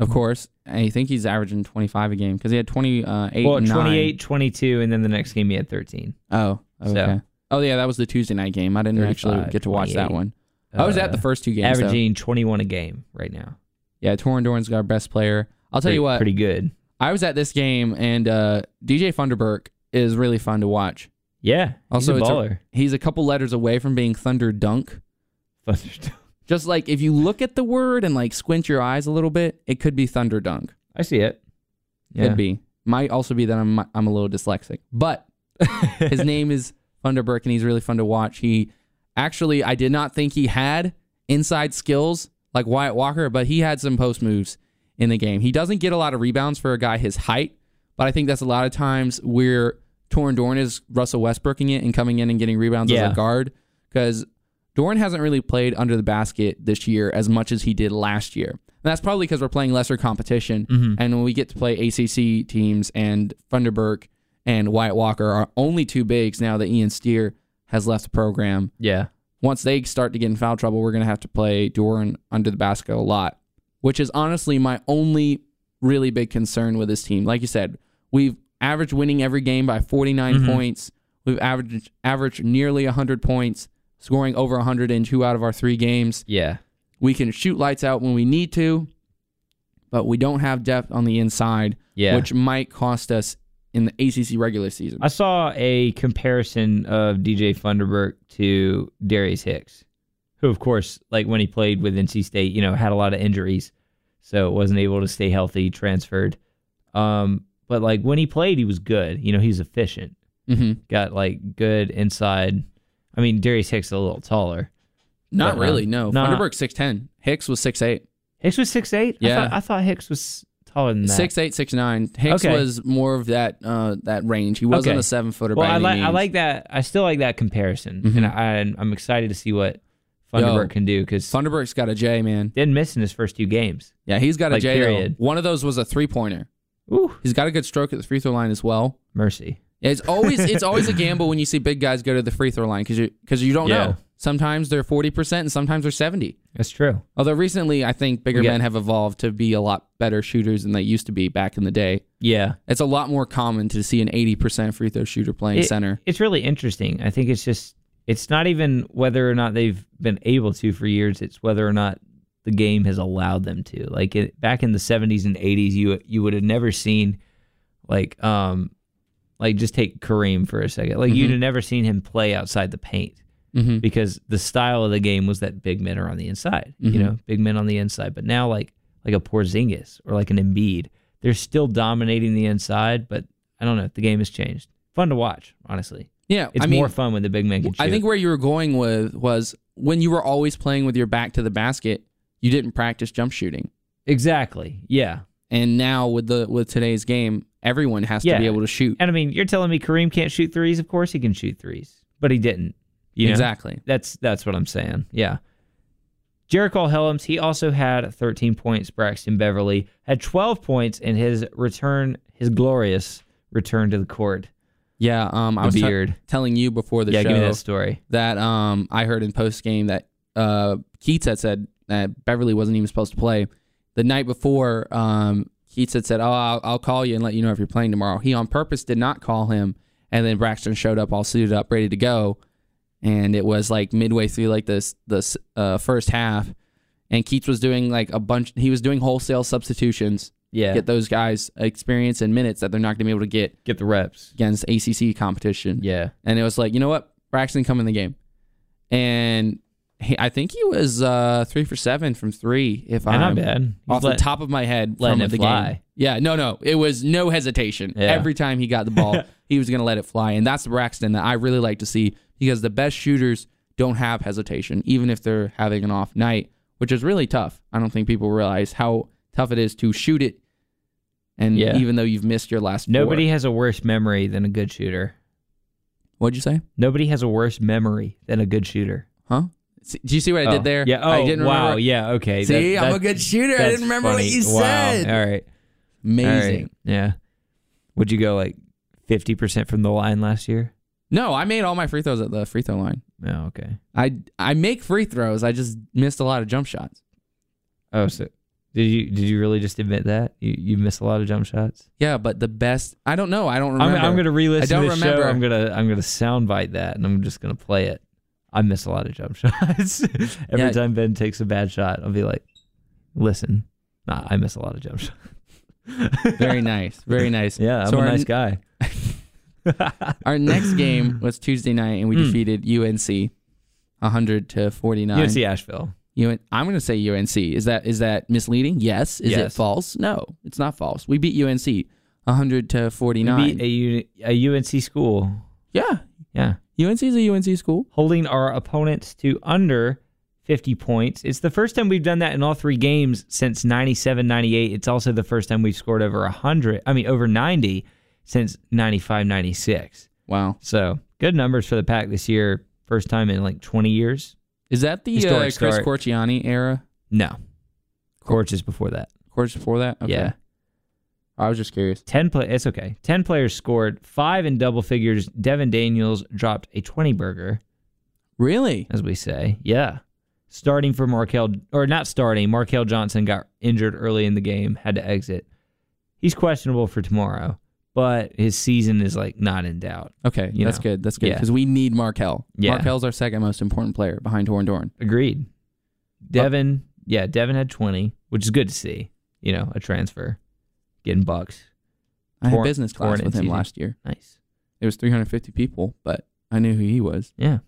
S1: Of course. I think he's averaging 25 a game because he had uh, 28
S2: well,
S1: and 28.
S2: 28, 22, and then the next game he had 13.
S1: Oh, okay.
S2: So-
S1: Oh, yeah, that was the Tuesday night game. I didn't actually
S2: 35,
S1: get to watch that
S2: 28.
S1: one. I was at the
S2: Uh,
S1: first two games. though.
S2: Averaging 21 a game right now.
S1: Yeah, Torin Dorn's got our best player. I'll tell
S2: pretty,
S1: you what,
S2: Pretty good.
S1: I was at this game, and uh, DJ Funderburk is really fun to watch.
S2: Yeah.
S1: Also,
S2: he's
S1: it's
S2: a
S1: a-
S2: baller.
S1: He's a couple letters away from being Thunder Dunk.
S2: Thunderdunk.
S1: Just like if you look at the word and like squint your eyes a little bit, it could be Thunder Dunk.
S2: I see it.
S1: Could be. Might also be that I'm I'm a little dyslexic, but his name is Thunderburk, and he's really fun to watch. He actually, I did not think he had inside skills like Wyatt Walker, but he had some post moves in the game. He doesn't get a lot of rebounds for a guy his height, but I think that's a lot of times where Torn Dorn is Russell Westbrooking it and coming in and getting rebounds as
S2: Yeah.
S1: a guard because Dorn hasn't really played under the basket this year as much as he did last year. And that's probably because we're playing lesser competition, and when we get to play ACC teams and Thunderburk and Wyatt Walker are only two bigs now that Ian Steer has left the program.
S2: Yeah.
S1: Once they start to get in foul trouble, we're going to have to play Doran under the basket a lot, which is honestly my only really big concern with this team. Like you said, we've averaged winning every game by 49 points. We've averaged averaged nearly 100 points, scoring over 100 in two out of our three games.
S2: Yeah.
S1: We can shoot lights out when we need to, but we don't have depth on the inside,
S2: Yeah.
S1: which might cost us in the ACC regular season.
S2: I saw a comparison of DJ Funderburk to Darius Hicks, who, of course, like when he played with NC State, you know, had a lot of injuries, so wasn't able to stay healthy, transferred. Um, but like when he played, he was good. You know, he was efficient,
S1: mm-hmm.
S2: got like good inside. I mean, Darius Hicks is a little taller.
S1: uh, Not
S2: But,
S1: really,
S2: um,
S1: no.
S2: nah.
S1: Thunderberg six ten. Hicks was six eight.
S2: Hicks was six eight.
S1: Yeah.
S2: I thought, I thought Hicks was taller than that.
S1: Six eight, six nine. Hicks
S2: Okay.
S1: was more of that uh, that range. He wasn't
S2: Okay.
S1: a seven footer.
S2: Well,
S1: by
S2: I
S1: any
S2: like I
S1: means.
S2: like that. I still like that comparison,
S1: Mhm.
S2: and I, I'm excited to see what Funderburk
S1: Yo.
S2: can do because
S1: Thunderberg's got a J, man.
S2: didn't miss in his first two games.
S1: Yeah, he's got a
S2: Like,
S1: J. though.
S2: period.
S1: One of those was a three pointer.
S2: Ooh,
S1: He's got a good stroke at the free throw line as well.
S2: mercy.
S1: Yeah, It's always it's always a gamble when you see big guys go to the free throw line because you because you don't
S2: Yeah.
S1: know. Sometimes they're forty percent and sometimes they're seventy.
S2: That's true.
S1: Although recently, I think bigger
S2: We got-
S1: men have evolved to be a lot better shooters than they used to be back in the day.
S2: Yeah.
S1: It's a lot more common to see an eighty percent free throw shooter playing
S2: It-
S1: center.
S2: It's really interesting. I think it's just It's not even whether or not they've been able to for years. It's whether or not the game has allowed them to. Like it, back in the 70s and 80s, you you would have never seen like um like just take Kareem for a second. Like you'd have never seen him play outside the paint
S1: Mhm.
S2: because the style of the game was that big men are on the inside,
S1: Mm-hmm.
S2: you know, big men on the inside. But now, like like a Porzingis or like an Embiid, they're still dominating the inside. But I don't know, the game has changed. Fun to watch, honestly.
S1: Yeah,
S2: It's
S1: I mean,
S2: more fun when the big man can shoot.
S1: I think where you were going with was when you were always playing with your back to the basket, you didn't practice jump shooting.
S2: exactly, yeah.
S1: And now with the with today's game, everyone has to
S2: Yeah.
S1: be able to shoot.
S2: And I mean, you're telling me Kareem can't shoot threes? Of course he can shoot threes, but he didn't. You know?
S1: Exactly.
S2: That's that's what I'm saying. Yeah. Jericho Helms, he also had 13 points. Braxton Beverly had 12 points in his return, his glorious return to the court.
S1: Yeah, um I was te-
S2: beard.
S1: telling you before the
S2: yeah,
S1: show
S2: give me that story.
S1: that um I heard in post game that uh Keats had said that Beverly wasn't even supposed to play the night before. Um, Keats had said, "Oh, I'll, I'll call you and let you know if you're playing tomorrow." He on purpose did not call him, and then Braxton showed up all suited up, ready to go, and it was like midway through like this this uh, first half, and Keats was doing like a bunch. He was doing wholesale substitutions.
S2: Yeah,
S1: Get
S2: get the,
S1: those guys experience and minutes that they're not going to be able to get
S2: reps.
S1: against ACC competition.
S2: Yeah,
S1: And it was like, you know what? Braxton come in the game. And he, I think he was uh, three for seven from three, if
S2: and not
S1: I'm
S2: bad. He's
S1: off
S2: let-
S1: the top of my head
S2: letting
S1: from
S2: it
S1: the game.
S2: fly.
S1: Yeah, no, no. It was no hesitation.
S2: Yeah.
S1: Every time he got the ball, he was going to let it fly. And that's Braxton that I really like to see because the best shooters don't have hesitation, even if they're having an off night, which is really tough. I don't think people realize how tough it is to shoot it. And
S2: Yeah.
S1: even though you've missed your last four.
S2: Nobody has a worse memory than a good shooter.
S1: What'd you say?
S2: Nobody has a worse memory than a good shooter.
S1: Huh? S- Do you see what I did
S2: Oh,
S1: there?
S2: Yeah. Oh,
S1: I didn't
S2: wow.
S1: remember-
S2: Yeah. Okay.
S1: See,
S2: That-
S1: I'm a
S2: that-
S1: good shooter. I
S2: that's
S1: didn't remember what
S2: funny.
S1: you
S2: Wow.
S1: said.
S2: All right. All right.
S1: Amazing.
S2: Yeah. Would you go like 50% from the line last year?
S1: No, I made all my free throws at the free throw line.
S2: Oh, okay.
S1: I I make free throws. I just missed a lot of jump shots.
S2: Oh, so did you did you really just admit that you you miss a lot of jump shots?
S1: Yeah, but the best. I don't know. I don't
S2: I'm,
S1: remember.
S2: I'm gonna re-listen
S1: I don't
S2: to the
S1: remember.
S2: show. I'm gonna I'm gonna soundbite that, and I'm just gonna play it. I miss a lot of jump shots. Every
S1: Yeah.
S2: time Ben takes a bad shot, I'll be like, "Listen, nah, I miss a lot of jump shots."
S1: Very nice. Very nice.
S2: Yeah, I'm
S1: So
S2: a
S1: our,
S2: nice guy.
S1: our next game was Tuesday night, and we
S2: Mm.
S1: defeated UNC, 100 to 49.
S2: UNC Asheville.
S1: UN I'm going to say UNC. Is that is that misleading? Yes. Is it
S2: Yes.
S1: false? No, it's not false. We beat UNC 100 to
S2: We
S1: 49.
S2: beat a, U- a UNC school.
S1: yeah.
S2: Yeah.
S1: UNC is a UNC school.
S2: holding our opponents to under 50 points. It's the first time we've done that in all three games since 97 98. It's also the first time we've scored over 100, I mean, over 90 since 95 96.
S1: Wow.
S2: So good numbers for the pack this year. First time in like 20 years.
S1: Is that the uh,
S2: Historic
S1: Chris
S2: start.
S1: Corciani era?
S2: No. Courts is before that.
S1: Course before that?
S2: Yeah.
S1: I was just curious.
S2: 10 play it's okay. 10 players scored, 5 in double figures. Devin Daniels dropped a 20 burger.
S1: Really?
S2: as we say. Yeah. Starting for Markel, or not starting, Markel Johnson got injured early in the game, had to exit. He's questionable for tomorrow, but his season is like not in doubt.
S1: Okay.
S2: You
S1: that's
S2: know.
S1: good. That's good.
S2: Yeah.
S1: Because we need Markel.
S2: Yeah.
S1: Markel's our second most important player behind Horn Dorn.
S2: Agreed. Devin, yeah, Devin had 20, which is good to see. You know, a transfer, getting bucks.
S1: I had
S2: Torn-
S1: business class
S2: torn
S1: with him
S2: NCT.
S1: last year.
S2: Nice.
S1: It was 350 people, but I knew who he was.
S2: Yeah.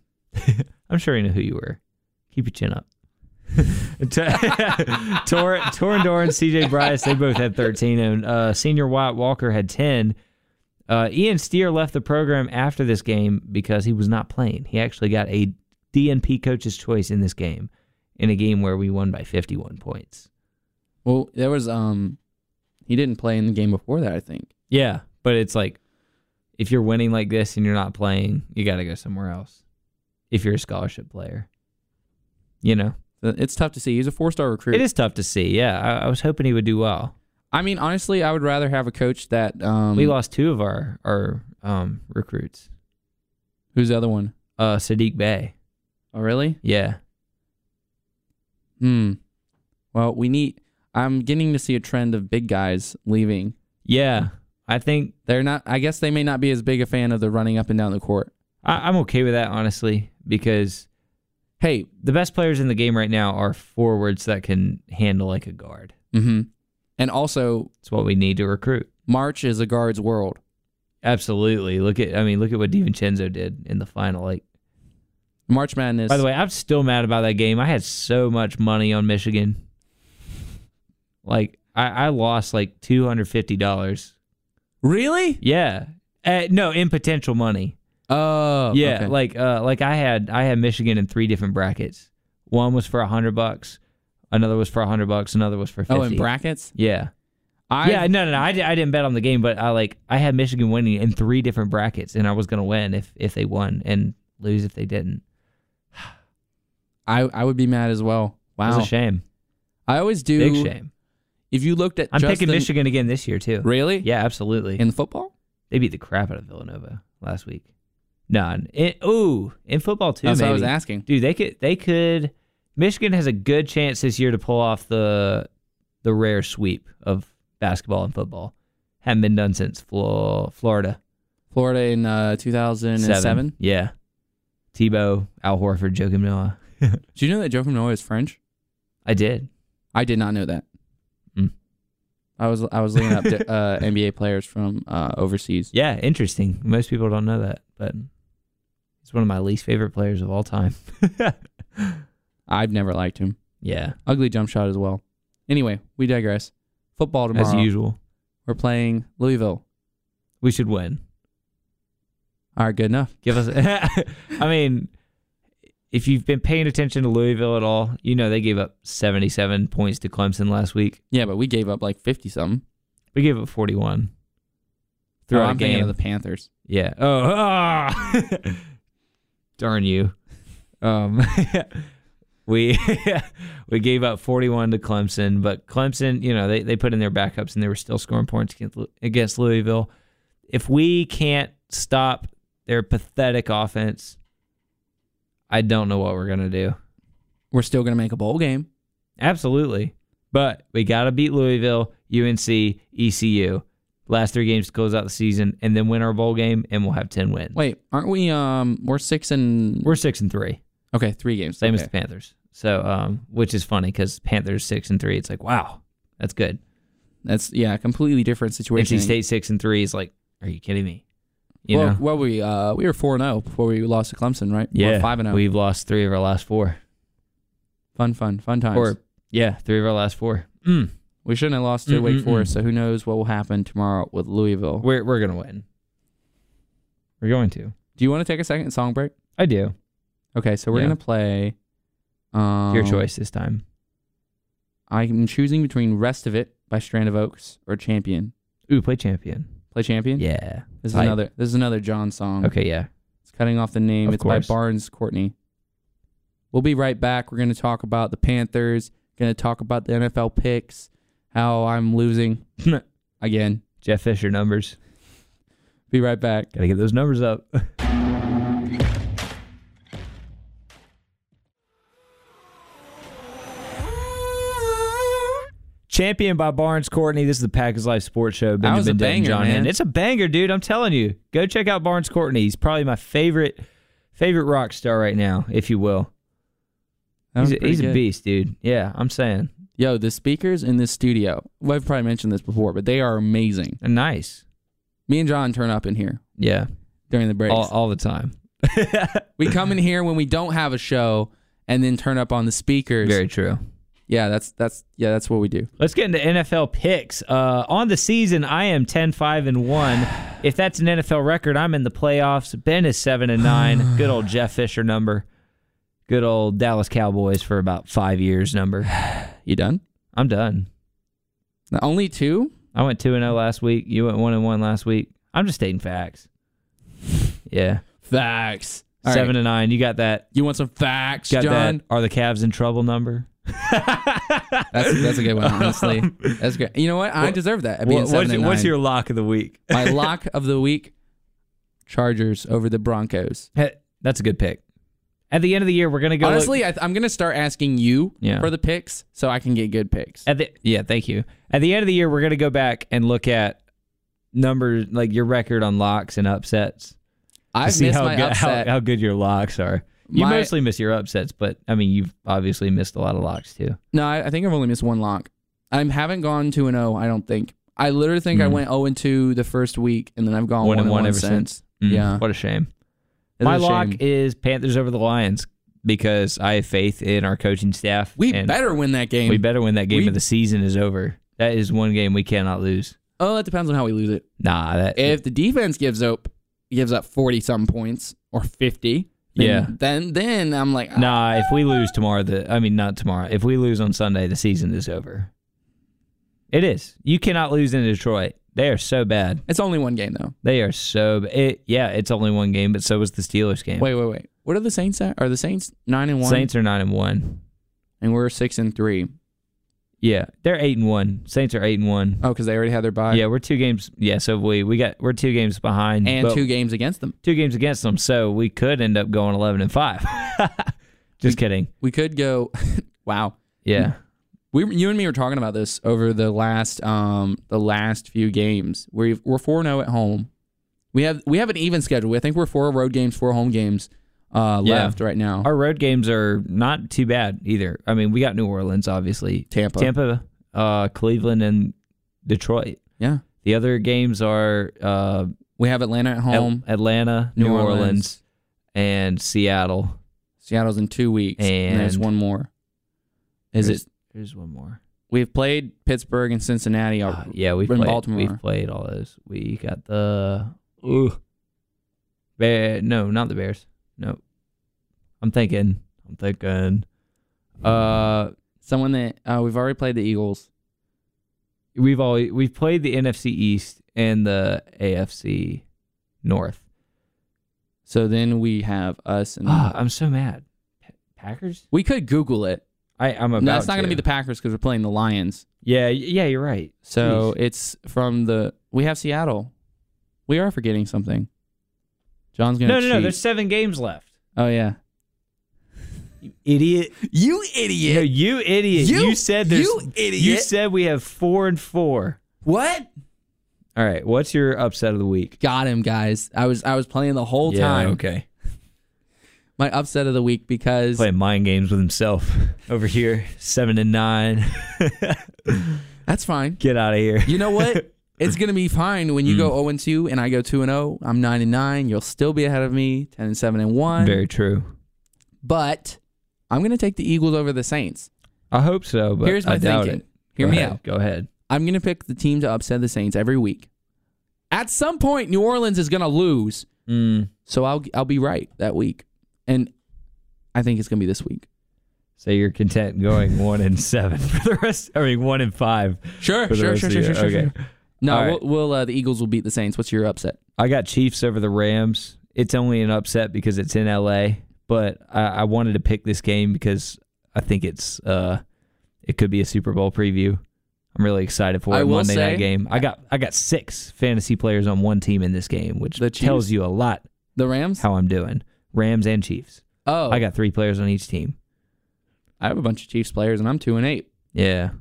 S2: I'm sure you know who you were. Keep your chin up. Tor, Torindor and CJ Bryce, they both had 13, and uh, senior Wyatt Walker had 10. Uh, Ian Steer left the program after this game because he was not playing. He actually got a DNP coach's choice in this game, in a game where we won by 51 points.
S1: Well, there was um, he didn't play in the game before that. I think.
S2: Yeah, but it's like if you're winning like this and you're not playing, you got to go somewhere else if you're a scholarship player. You know?
S1: Uh, It's tough to see. He's a four-star recruit.
S2: It is tough to see. Yeah, I, I was hoping he would do well.
S1: I mean, honestly, I would rather have a coach that um.
S2: We lost two of our our um, recruits.
S1: Who's the other one?
S2: Uh, Sadiq Bay.
S1: Oh, really?
S2: Yeah,
S1: Hmm. Well, we need. I'm getting to see a trend of big guys leaving.
S2: yeah. I think
S1: They're not. I guess they may not be as big a fan of the running up and down the court.
S2: I, I'm okay with that. Honestly, because
S1: Hey,
S2: the best players in the game right now are forwards that can handle like a guard.
S1: hmm and also
S2: It's what we need to recruit.
S1: March is a guard's world.
S2: Absolutely. Look at I mean, look at what DiVincenzo did in the final. Like
S1: March Madness.
S2: by the way, I'm still mad about that game. I had so much money on Michigan. Like I, I lost like two hundred fifty dollars.
S1: really?
S2: Yeah. Uh, no, in potential money.
S1: Oh,
S2: yeah,
S1: okay.
S2: like uh, like I had I had Michigan in three different brackets. One was for a hundred bucks, another was for a hundred bucks, another was for fifty.
S1: oh, in brackets.
S2: Yeah,
S1: I
S2: yeah. No, no, no. I, di- I didn't bet on the game, but I like I had Michigan winning in three different brackets, and I was gonna win if if they won and lose if they didn't.
S1: I, I would be mad as well.
S2: It was
S1: Wow.
S2: a shame,
S1: I always do.
S2: big shame.
S1: If you looked at
S2: I'm
S1: just
S2: picking
S1: the-
S2: Michigan again this year too.
S1: Really?
S2: Yeah, absolutely.
S1: In football?
S2: they beat the crap out of Villanova last week. No, in, ooh, in football too.
S1: That's what I
S2: maybe.
S1: was asking.
S2: Dude, they could they could Michigan has a good chance this year to pull off the the rare sweep of basketball and football. Haven't been done since Flo- Florida.
S1: Florida in uh, 2007.
S2: Seven. Yeah. Tebow, Al Horford, Joakim Noah.
S1: Do you know that Joe from Noah is French?
S2: I did.
S1: I did not know that.
S2: Mm.
S1: I was I was looking up uh, NBA players from uh, overseas.
S2: Yeah, interesting. Most people don't know that, but he's one of my least favorite players of all time.
S1: I've never liked him.
S2: yeah,
S1: Ugly jump shot as well. Anyway, we digress. Football tomorrow.
S2: as usual.
S1: We're playing Louisville.
S2: We should win.
S1: All right, good enough.
S2: Give us. I mean, if you've been paying attention to Louisville at all, you know they gave up 77 points to Clemson last week.
S1: Yeah, but we gave up like fifty something.
S2: We gave up 41
S1: oh,
S2: throughout
S1: I'm
S2: a
S1: thinking
S2: game.
S1: of the Panthers.
S2: yeah. Oh. ah! Darn you. Um. We we gave up 41 to Clemson, but Clemson, you know, they, they put in their backups and they were still scoring points against Lou- against Louisville. If we can't stop their pathetic offense, I don't know what we're gonna do.
S1: We're still gonna make a bowl game.
S2: Absolutely. But we got to beat Louisville, UNC, ECU. E Last three games to close out the season and then win our bowl game and we'll have 10 wins.
S1: Wait, aren't we? Um, we're six and
S2: We're 6 and 3,
S1: okay, three games.
S2: same as
S1: okay.
S2: the Panthers. So, um which is funny cuz Panthers 6 and 3, it's like, wow. That's good.
S1: That's yeah, completely different situation.
S2: NC State 6 and 3 is like, are you kidding me? You
S1: well,
S2: know.
S1: well, we uh we were four and zero before we lost to Clemson, right?
S2: yeah.
S1: five and zero.
S2: We've lost 3 of our last 4.
S1: Fun, fun, fun times.
S2: Or yeah, 3 of our last 4. Mm.
S1: we shouldn't have lost to
S2: Mm,
S1: Wake
S2: mm,
S1: Forest, so who knows what will happen tomorrow with Louisville?
S2: We're we're going to win. We're going to.
S1: Do you want to take a second song break?
S2: I do.
S1: Okay, so we're
S2: Yeah.
S1: gonna play. Um,
S2: Your choice this time.
S1: I'm choosing between "Rest of It" by Strand of Oaks or "Champion."
S2: Ooh, play champion.
S1: Play "Champion."
S2: Yeah.
S1: This is
S2: Hype.
S1: another. This is another John song.
S2: Okay, yeah.
S1: It's cutting off the name.
S2: Of
S1: it's
S2: course.
S1: by Barnes Courtney. We'll be right back. We're going to talk about the Panthers, going to talk about the NFL picks, how I'm losing again.
S2: Jeff Fisher numbers.
S1: Be right back.
S2: Gotta get those numbers up. Champion by Barnes Courtney. This is the Packers Life Sports Show. Benjamin
S1: That was a
S2: Dutton,
S1: banger,
S2: John Henn.
S1: man.
S2: It's a banger, dude. I'm telling you. Go check out Barnes Courtney. He's probably my favorite favorite rock star right now, if you will.
S1: That was
S2: he's a,
S1: pretty
S2: he's a
S1: good.
S2: beast, dude. Yeah, I'm saying.
S1: Yo, the speakers in this studio, well, I've probably mentioned this before, but they are amazing.
S2: And nice.
S1: Me and John turn up in here
S2: Yeah.
S1: during the breaks.
S2: All, all the time.
S1: we come in here when we don't have a show and then turn up on the speakers.
S2: Very true.
S1: Yeah, that's that's yeah, that's what we do.
S2: Let's get into NFL picks. Uh, on the season, I am 10 5 and 1. If that's an NFL record, I'm in the playoffs. Ben is 7 and 9. Good old Jeff Fisher number. Good old Dallas Cowboys for about five years number.
S1: You done?
S2: I'm done.
S1: Now, Only two?
S2: I went 2 and 0 last week. You went 1 and 1 last week. I'm just stating facts. Yeah.
S1: Facts. All
S2: 7
S1: right.
S2: and 9. You got that.
S1: You want some facts,
S2: Got
S1: John?
S2: that. Are the Cavs in trouble number?
S1: That's that's a good one, honestly. That's great. You know what? I deserve that. at being
S2: What-
S1: seven
S2: what's,
S1: and
S2: what's
S1: nine.
S2: your lock of the week?
S1: my lock of the week? Chargers over the Broncos.
S2: Hey, That's a good pick. At the end of the year, we're gonna go. look-
S1: Honestly, I th- I'm gonna start asking you
S2: Yeah.
S1: for the picks so I can get good picks.
S2: at the yeah, thank you. At the end of the year, we're gonna go back and look at numbers like your record on locks and upsets. to
S1: I've
S2: see
S1: missed
S2: how
S1: my
S2: good, how,
S1: upset.
S2: how good your locks are. You
S1: My-
S2: mostly miss your upsets, but I mean, you've obviously missed a lot of locks too.
S1: No, I, I think I've only missed one lock. I haven't gone two and zero. I don't think. I literally think I went zero and two the first week, and then I've gone
S2: Hmm. One
S1: one,
S2: and one
S1: one
S2: ever
S1: since.
S2: Mm,
S1: Yeah.
S2: What a shame.
S1: It is
S2: My
S1: a
S2: lock
S1: shame.
S2: is Panthers over the Lions because I have faith in our coaching staff.
S1: We
S2: and
S1: better win that game.
S2: we better when that game
S1: we-
S2: of the season is over. That is one game we cannot lose.
S1: oh, that depends on how we lose it.
S2: Nah, that
S1: If the defense gives up, gives up forty some points or fifty. then-
S2: Yeah.
S1: Then then I'm like, ah. nah.
S2: nah. If we lose tomorrow, the I mean not tomorrow. If we lose on Sunday, the season is over. It is. You cannot lose in Detroit. They are so bad.
S1: it's only one game though.
S2: They are so. b- It, yeah, it's only one game, but so was the Steelers game.
S1: Wait, wait, wait. What are the Saints at? Are the Saints nine and one?
S2: Saints are nine and one.
S1: and we're six and three.
S2: Yeah, they're eight and one. Saints are eight and one.
S1: Oh, because they already had their bye.
S2: Yeah, we're two games. Yeah, so we we got we're two games behind
S1: And
S2: but
S1: two games against them.
S2: two games against them. So we could end up going eleven and five. Just kidding.
S1: We could go. wow.
S2: Yeah,
S1: We, you and me were talking about this over the last um the last few games. We've, we're four zero at home. We have we have an even schedule. I think we're four road games, four home games uh,
S2: Yeah.
S1: left right now.
S2: our road games are not too bad either. I mean, we got New Orleans, obviously,
S1: Tampa.
S2: Tampa, uh, Cleveland, and Detroit.
S1: Yeah,
S2: The other games are uh,
S1: we have Atlanta at
S2: At-
S1: home.
S2: Atlanta, New, Orleans. and Seattle.
S1: Seattle's in two weeks, and, there's
S2: And-
S1: one more. Is
S2: There's-
S1: it?
S2: There's one more.
S1: We've played Pittsburgh and Cincinnati.
S2: Uh,
S1: Our,
S2: yeah, we've
S1: in
S2: played,
S1: Baltimore.
S2: we've played all those. We got the ugh, bear. No, not the Bears. No, I'm thinking. I'm thinking.
S1: Ah,
S2: Uh,
S1: Someone that uh, we've already played the Eagles.
S2: we've always we've played the NFC East and the AFC North.
S1: So then we have us and
S2: Ah, I'm so mad. Pa- Packers.
S1: we could Google it.
S2: I I'm about.
S1: No, it's not going
S2: to.
S1: to be the Packers because we're playing the Lions.
S2: Yeah, y- yeah, you're right.
S1: So it's from the we have Seattle. We are forgetting something. John's gonna
S2: no, no, no.
S1: cheat.
S2: There's seven games left.
S1: oh yeah,
S2: You idiot.
S1: you
S2: No,
S1: idiot.
S2: you idiot. You,
S1: You-
S2: said there's.
S1: you
S2: You
S1: idiot.
S2: said we have four and four.
S1: What?
S2: All right, what's your upset of the week?
S1: Got him, guys. I was I was playing the whole time.
S2: okay.
S1: My upset of the week because
S2: Playing mind games with himself over here, seven and nine.
S1: that's fine.
S2: Get out of here.
S1: You know what? it's gonna be fine when you
S2: Mm.
S1: go zero and two and I go two and zero. I'm nine and nine. You'll still be ahead of me, ten and seven and one.
S2: Very true.
S1: But I'm gonna take the Eagles over the Saints.
S2: I hope so, but
S1: Here's my
S2: I doubt
S1: thinking.
S2: it.
S1: Hear
S2: Go
S1: me
S2: ahead.
S1: out.
S2: Go ahead.
S1: I'm going to pick the team to upset the Saints every week. At some point, New Orleans is going to lose,
S2: Mm.
S1: so I'll I'll be right that week, and I think it's going to be this week.
S2: So you're content going one and seven for the rest. I mean, one and five.
S1: Sure,
S2: for the rest of the year. Okay.
S1: No,
S2: All right.
S1: we'll, we'll uh, the Eagles will beat the Saints. What's your upset?
S2: I got Chiefs over the Rams. It's only an upset because it's in LA, but I, I wanted to pick this game because I think it's uh, it could be a Super Bowl preview. I'm really excited for it.
S1: I will
S2: Monday
S1: say-
S2: night game. I got I got six fantasy players on one team in this game, which
S1: The Chiefs?
S2: tells you a lot
S1: The Rams?
S2: how I'm doing. Rams and Chiefs.
S1: oh,
S2: I got three players on each team.
S1: I have a bunch of Chiefs players, and I'm two and eight.
S2: Yeah.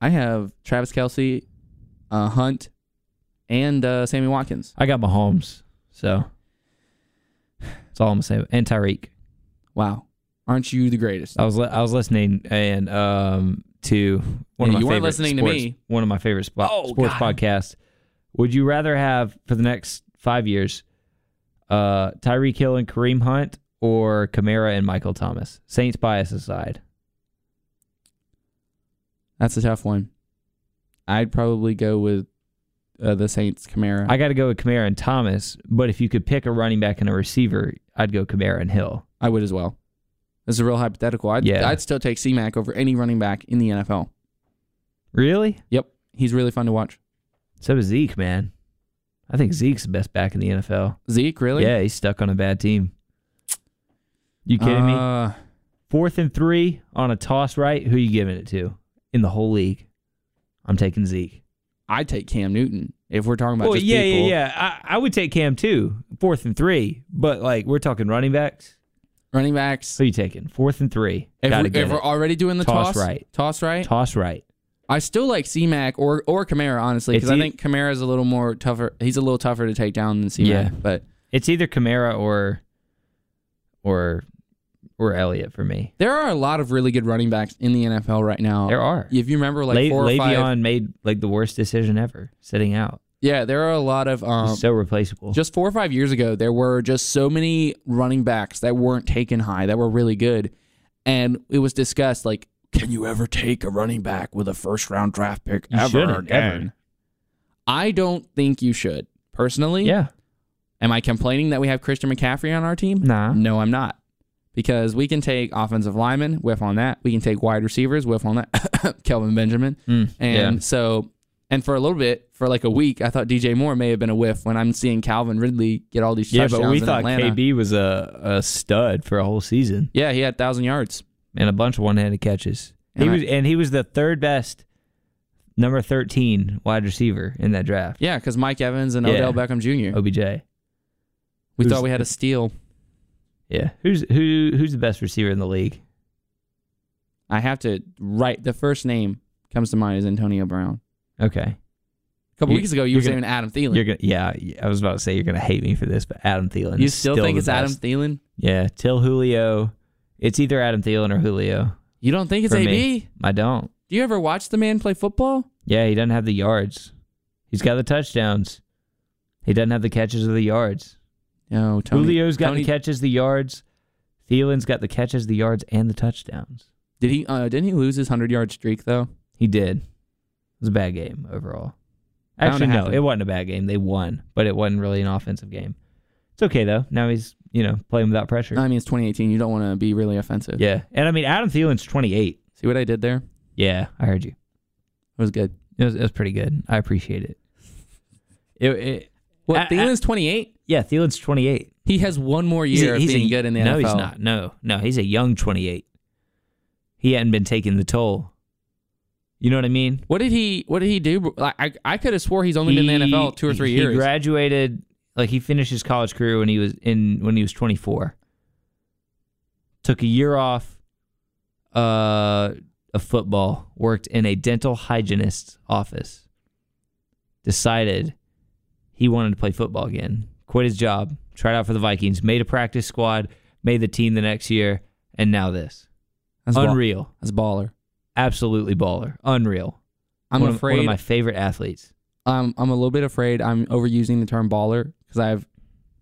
S1: I have Travis Kelsey, uh, Hunt, and uh, Sammy Watkins.
S2: I got Mahomes. So that's all I'm gonna say. And Tyreek.
S1: Wow, aren't you the greatest?
S2: I was li- I was listening and um to one
S1: Yeah,
S2: of my
S1: you weren't
S2: favorite
S1: listening to
S2: sports,
S1: me.
S2: One of my favorite spo-
S1: Oh,
S2: sports
S1: God.
S2: podcasts. Would you rather have for the next five years, uh, Tyreek Hill and Kareem Hunt or Kamara and Michael Thomas? Saints bias aside,
S1: That's a tough one. I'd probably go with uh, the Saints, Camara.
S2: I got to go with Kamara and Thomas. But if you could pick a running back and a receiver, I'd go Kamara and Hill.
S1: I would as well. This is a real hypothetical. I'd,
S2: Yeah.
S1: I'd still take C-Mac over any running back in the NFL.
S2: Really?
S1: Yep. He's really fun to watch.
S2: So is Zeke, man. I think Zeke's the best back in the NFL.
S1: Zeke, really?
S2: Yeah, he's stuck on a bad team. You kidding me?
S1: Uh,
S2: Fourth and three on a toss right. Who you giving it to in the whole league? I'm taking Zeke.
S1: I'd take Cam Newton if we're talking about
S2: Well,
S1: just
S2: yeah,
S1: people.
S2: yeah, yeah. I, I would take Cam too. Fourth and three, but like we're talking running backs.
S1: Running backs.
S2: Who you taking? Fourth and three.
S1: If,
S2: Gotta
S1: we,
S2: get
S1: if we're
S2: it.
S1: already doing the
S2: Toss
S1: toss,
S2: right.
S1: Toss right.
S2: toss right.
S1: I still like C-Mac or, or Kamara, honestly, because
S2: It's
S1: I
S2: e-
S1: think Kamara's a little more tougher. He's a little tougher to take down than C-Mac.
S2: Yeah.
S1: But
S2: It's either Kamara or or or Elliott for me.
S1: There are a lot of really good running backs in the NFL right now.
S2: There are.
S1: If you remember, like
S2: Le-
S1: four or
S2: Le'Veon
S1: five.
S2: made like the worst decision ever, sitting out.
S1: Yeah, there are a lot of um,
S2: so replaceable.
S1: just four or five years ago, there were just so many running backs that weren't taken high that were really good, and it was discussed like, can you ever take a running back with a first round draft pick
S2: You
S1: ever
S2: shouldn't,
S1: again?
S2: ever.
S1: I don't think you should personally.
S2: yeah,
S1: Am I complaining that we have Christian McCaffrey on our team?
S2: Nah.
S1: No, I'm not. Because we can take offensive linemen, whiff on that. We can take wide receivers, whiff on that. Kelvin Benjamin.
S2: Mm.
S1: and
S2: yeah.
S1: so, and for a little bit, for like a week, I thought DJ Moore may have been a whiff when I'm seeing Calvin Ridley get all these
S2: yeah,
S1: touchdowns
S2: but we
S1: in
S2: thought
S1: Atlanta.
S2: KB was a, a stud for a whole season
S1: Yeah, he had thousand yards.
S2: and a bunch of one handed catches. he
S1: And I-
S2: was and he was the third best, number thirteen wide receiver in that draft.
S1: Yeah, because Mike Evans and
S2: Yeah.
S1: Odell Beckham Jr.
S2: OBJ.
S1: We
S2: who's-
S1: thought we had a steal.
S2: Yeah, who's who? Who's the best receiver in the league?
S1: I have to write the first name comes to mind is Antonio Brown.
S2: Okay,
S1: A couple
S2: You-
S1: weeks ago, you
S2: you're
S1: were
S2: gonna-
S1: saying Adam Thielen.
S2: you're gonna. Yeah, I was about to say you're gonna hate me for this, but Adam Thielen.
S1: you
S2: is
S1: still,
S2: still
S1: think
S2: the
S1: it's Adam
S2: best.
S1: Thielen?
S2: Yeah, till Julio. It's either Adam Thielen or Julio.
S1: You don't think it's
S2: For
S1: AB?
S2: me. I don't.
S1: Do you ever watch the man play football?
S2: Yeah, he doesn't have the yards. He's got the touchdowns. He doesn't have the catches or the yards.
S1: No, Tony.
S2: Julio's got
S1: Tony,
S2: the catches, the yards. Thielen's got the catches, the yards, and the touchdowns.
S1: Did he? Uh, didn't he lose his hundred yard streak though?
S2: He did. It was a bad game overall.
S1: Bound to
S2: Actually, no,
S1: happen.
S2: it wasn't a bad game. They won, but it wasn't really an offensive game. It's okay though. Now he's you know playing without pressure.
S1: I mean, it's 2018. You don't want to be really offensive.
S2: yeah, and I mean Adam Thielen's 28.
S1: See what I did there? It
S2: Yeah, I heard you.
S1: was good.
S2: It was, it was pretty good. I appreciate it. It, it
S1: Well,
S2: I-
S1: Thielen's 28.
S2: yeah, Thielen's 28.
S1: He has one more year of being good in the
S2: no,
S1: NFL.
S2: he's not. No, no, he's a young 28. He hadn't been taking the toll. You know what I mean?
S1: What did he? What did he do? Like I, I could have swore he's only been in the NFL two or three
S2: he
S1: years.
S2: graduated, like he finished his college career when he was in when he was 24. Took a year off uh, of football. Worked in a dental hygienist's office. Decided he wanted to play football again. Quit his job. Tried out for the Vikings. Made a practice squad. Made the team the next year. And now this.
S1: That's ball-
S2: Unreal.
S1: that's baller.
S2: Absolutely baller. Unreal.
S1: I'm
S2: One of-
S1: afraid.
S2: One of my favorite athletes.
S1: I'm, I'm a little bit afraid. I'm overusing the term baller because I've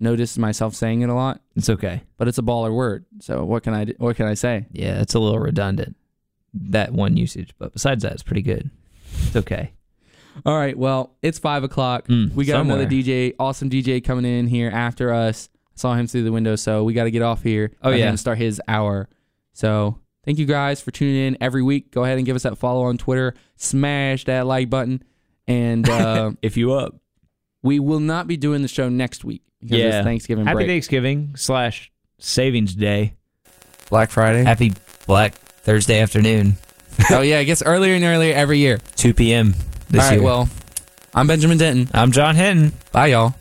S1: noticed myself saying it a lot.
S2: It's okay.
S1: But it's a baller word. So what can I? do- What can I say?
S2: Yeah, it's a little redundant, that one usage. But besides that, it's pretty good. It's okay.
S1: All right. Well, it's five o'clock.
S2: Mm,
S1: we got
S2: somewhere.
S1: another DJ, awesome DJ coming in here after us. Saw him through the window, so we got to get off here.
S2: Oh,
S1: Let
S2: yeah.
S1: him start his hour. So thank you guys for tuning in every week. Go ahead and give us that follow on Twitter. Smash that like button, and uh,
S2: If you up.
S1: we will not be doing the show next week because
S2: Yeah.
S1: it's Thanksgiving
S2: Happy
S1: break.
S2: Thanksgiving slash Savings Day.
S1: Black Friday.
S2: Happy Black Thursday afternoon,
S1: oh yeah, it gets earlier and earlier every year.
S2: 2 p.m. this
S1: All right.
S2: year.
S1: Well, I'm Benjamin Denton.
S2: I'm John Hinton.
S1: Bye, y'all.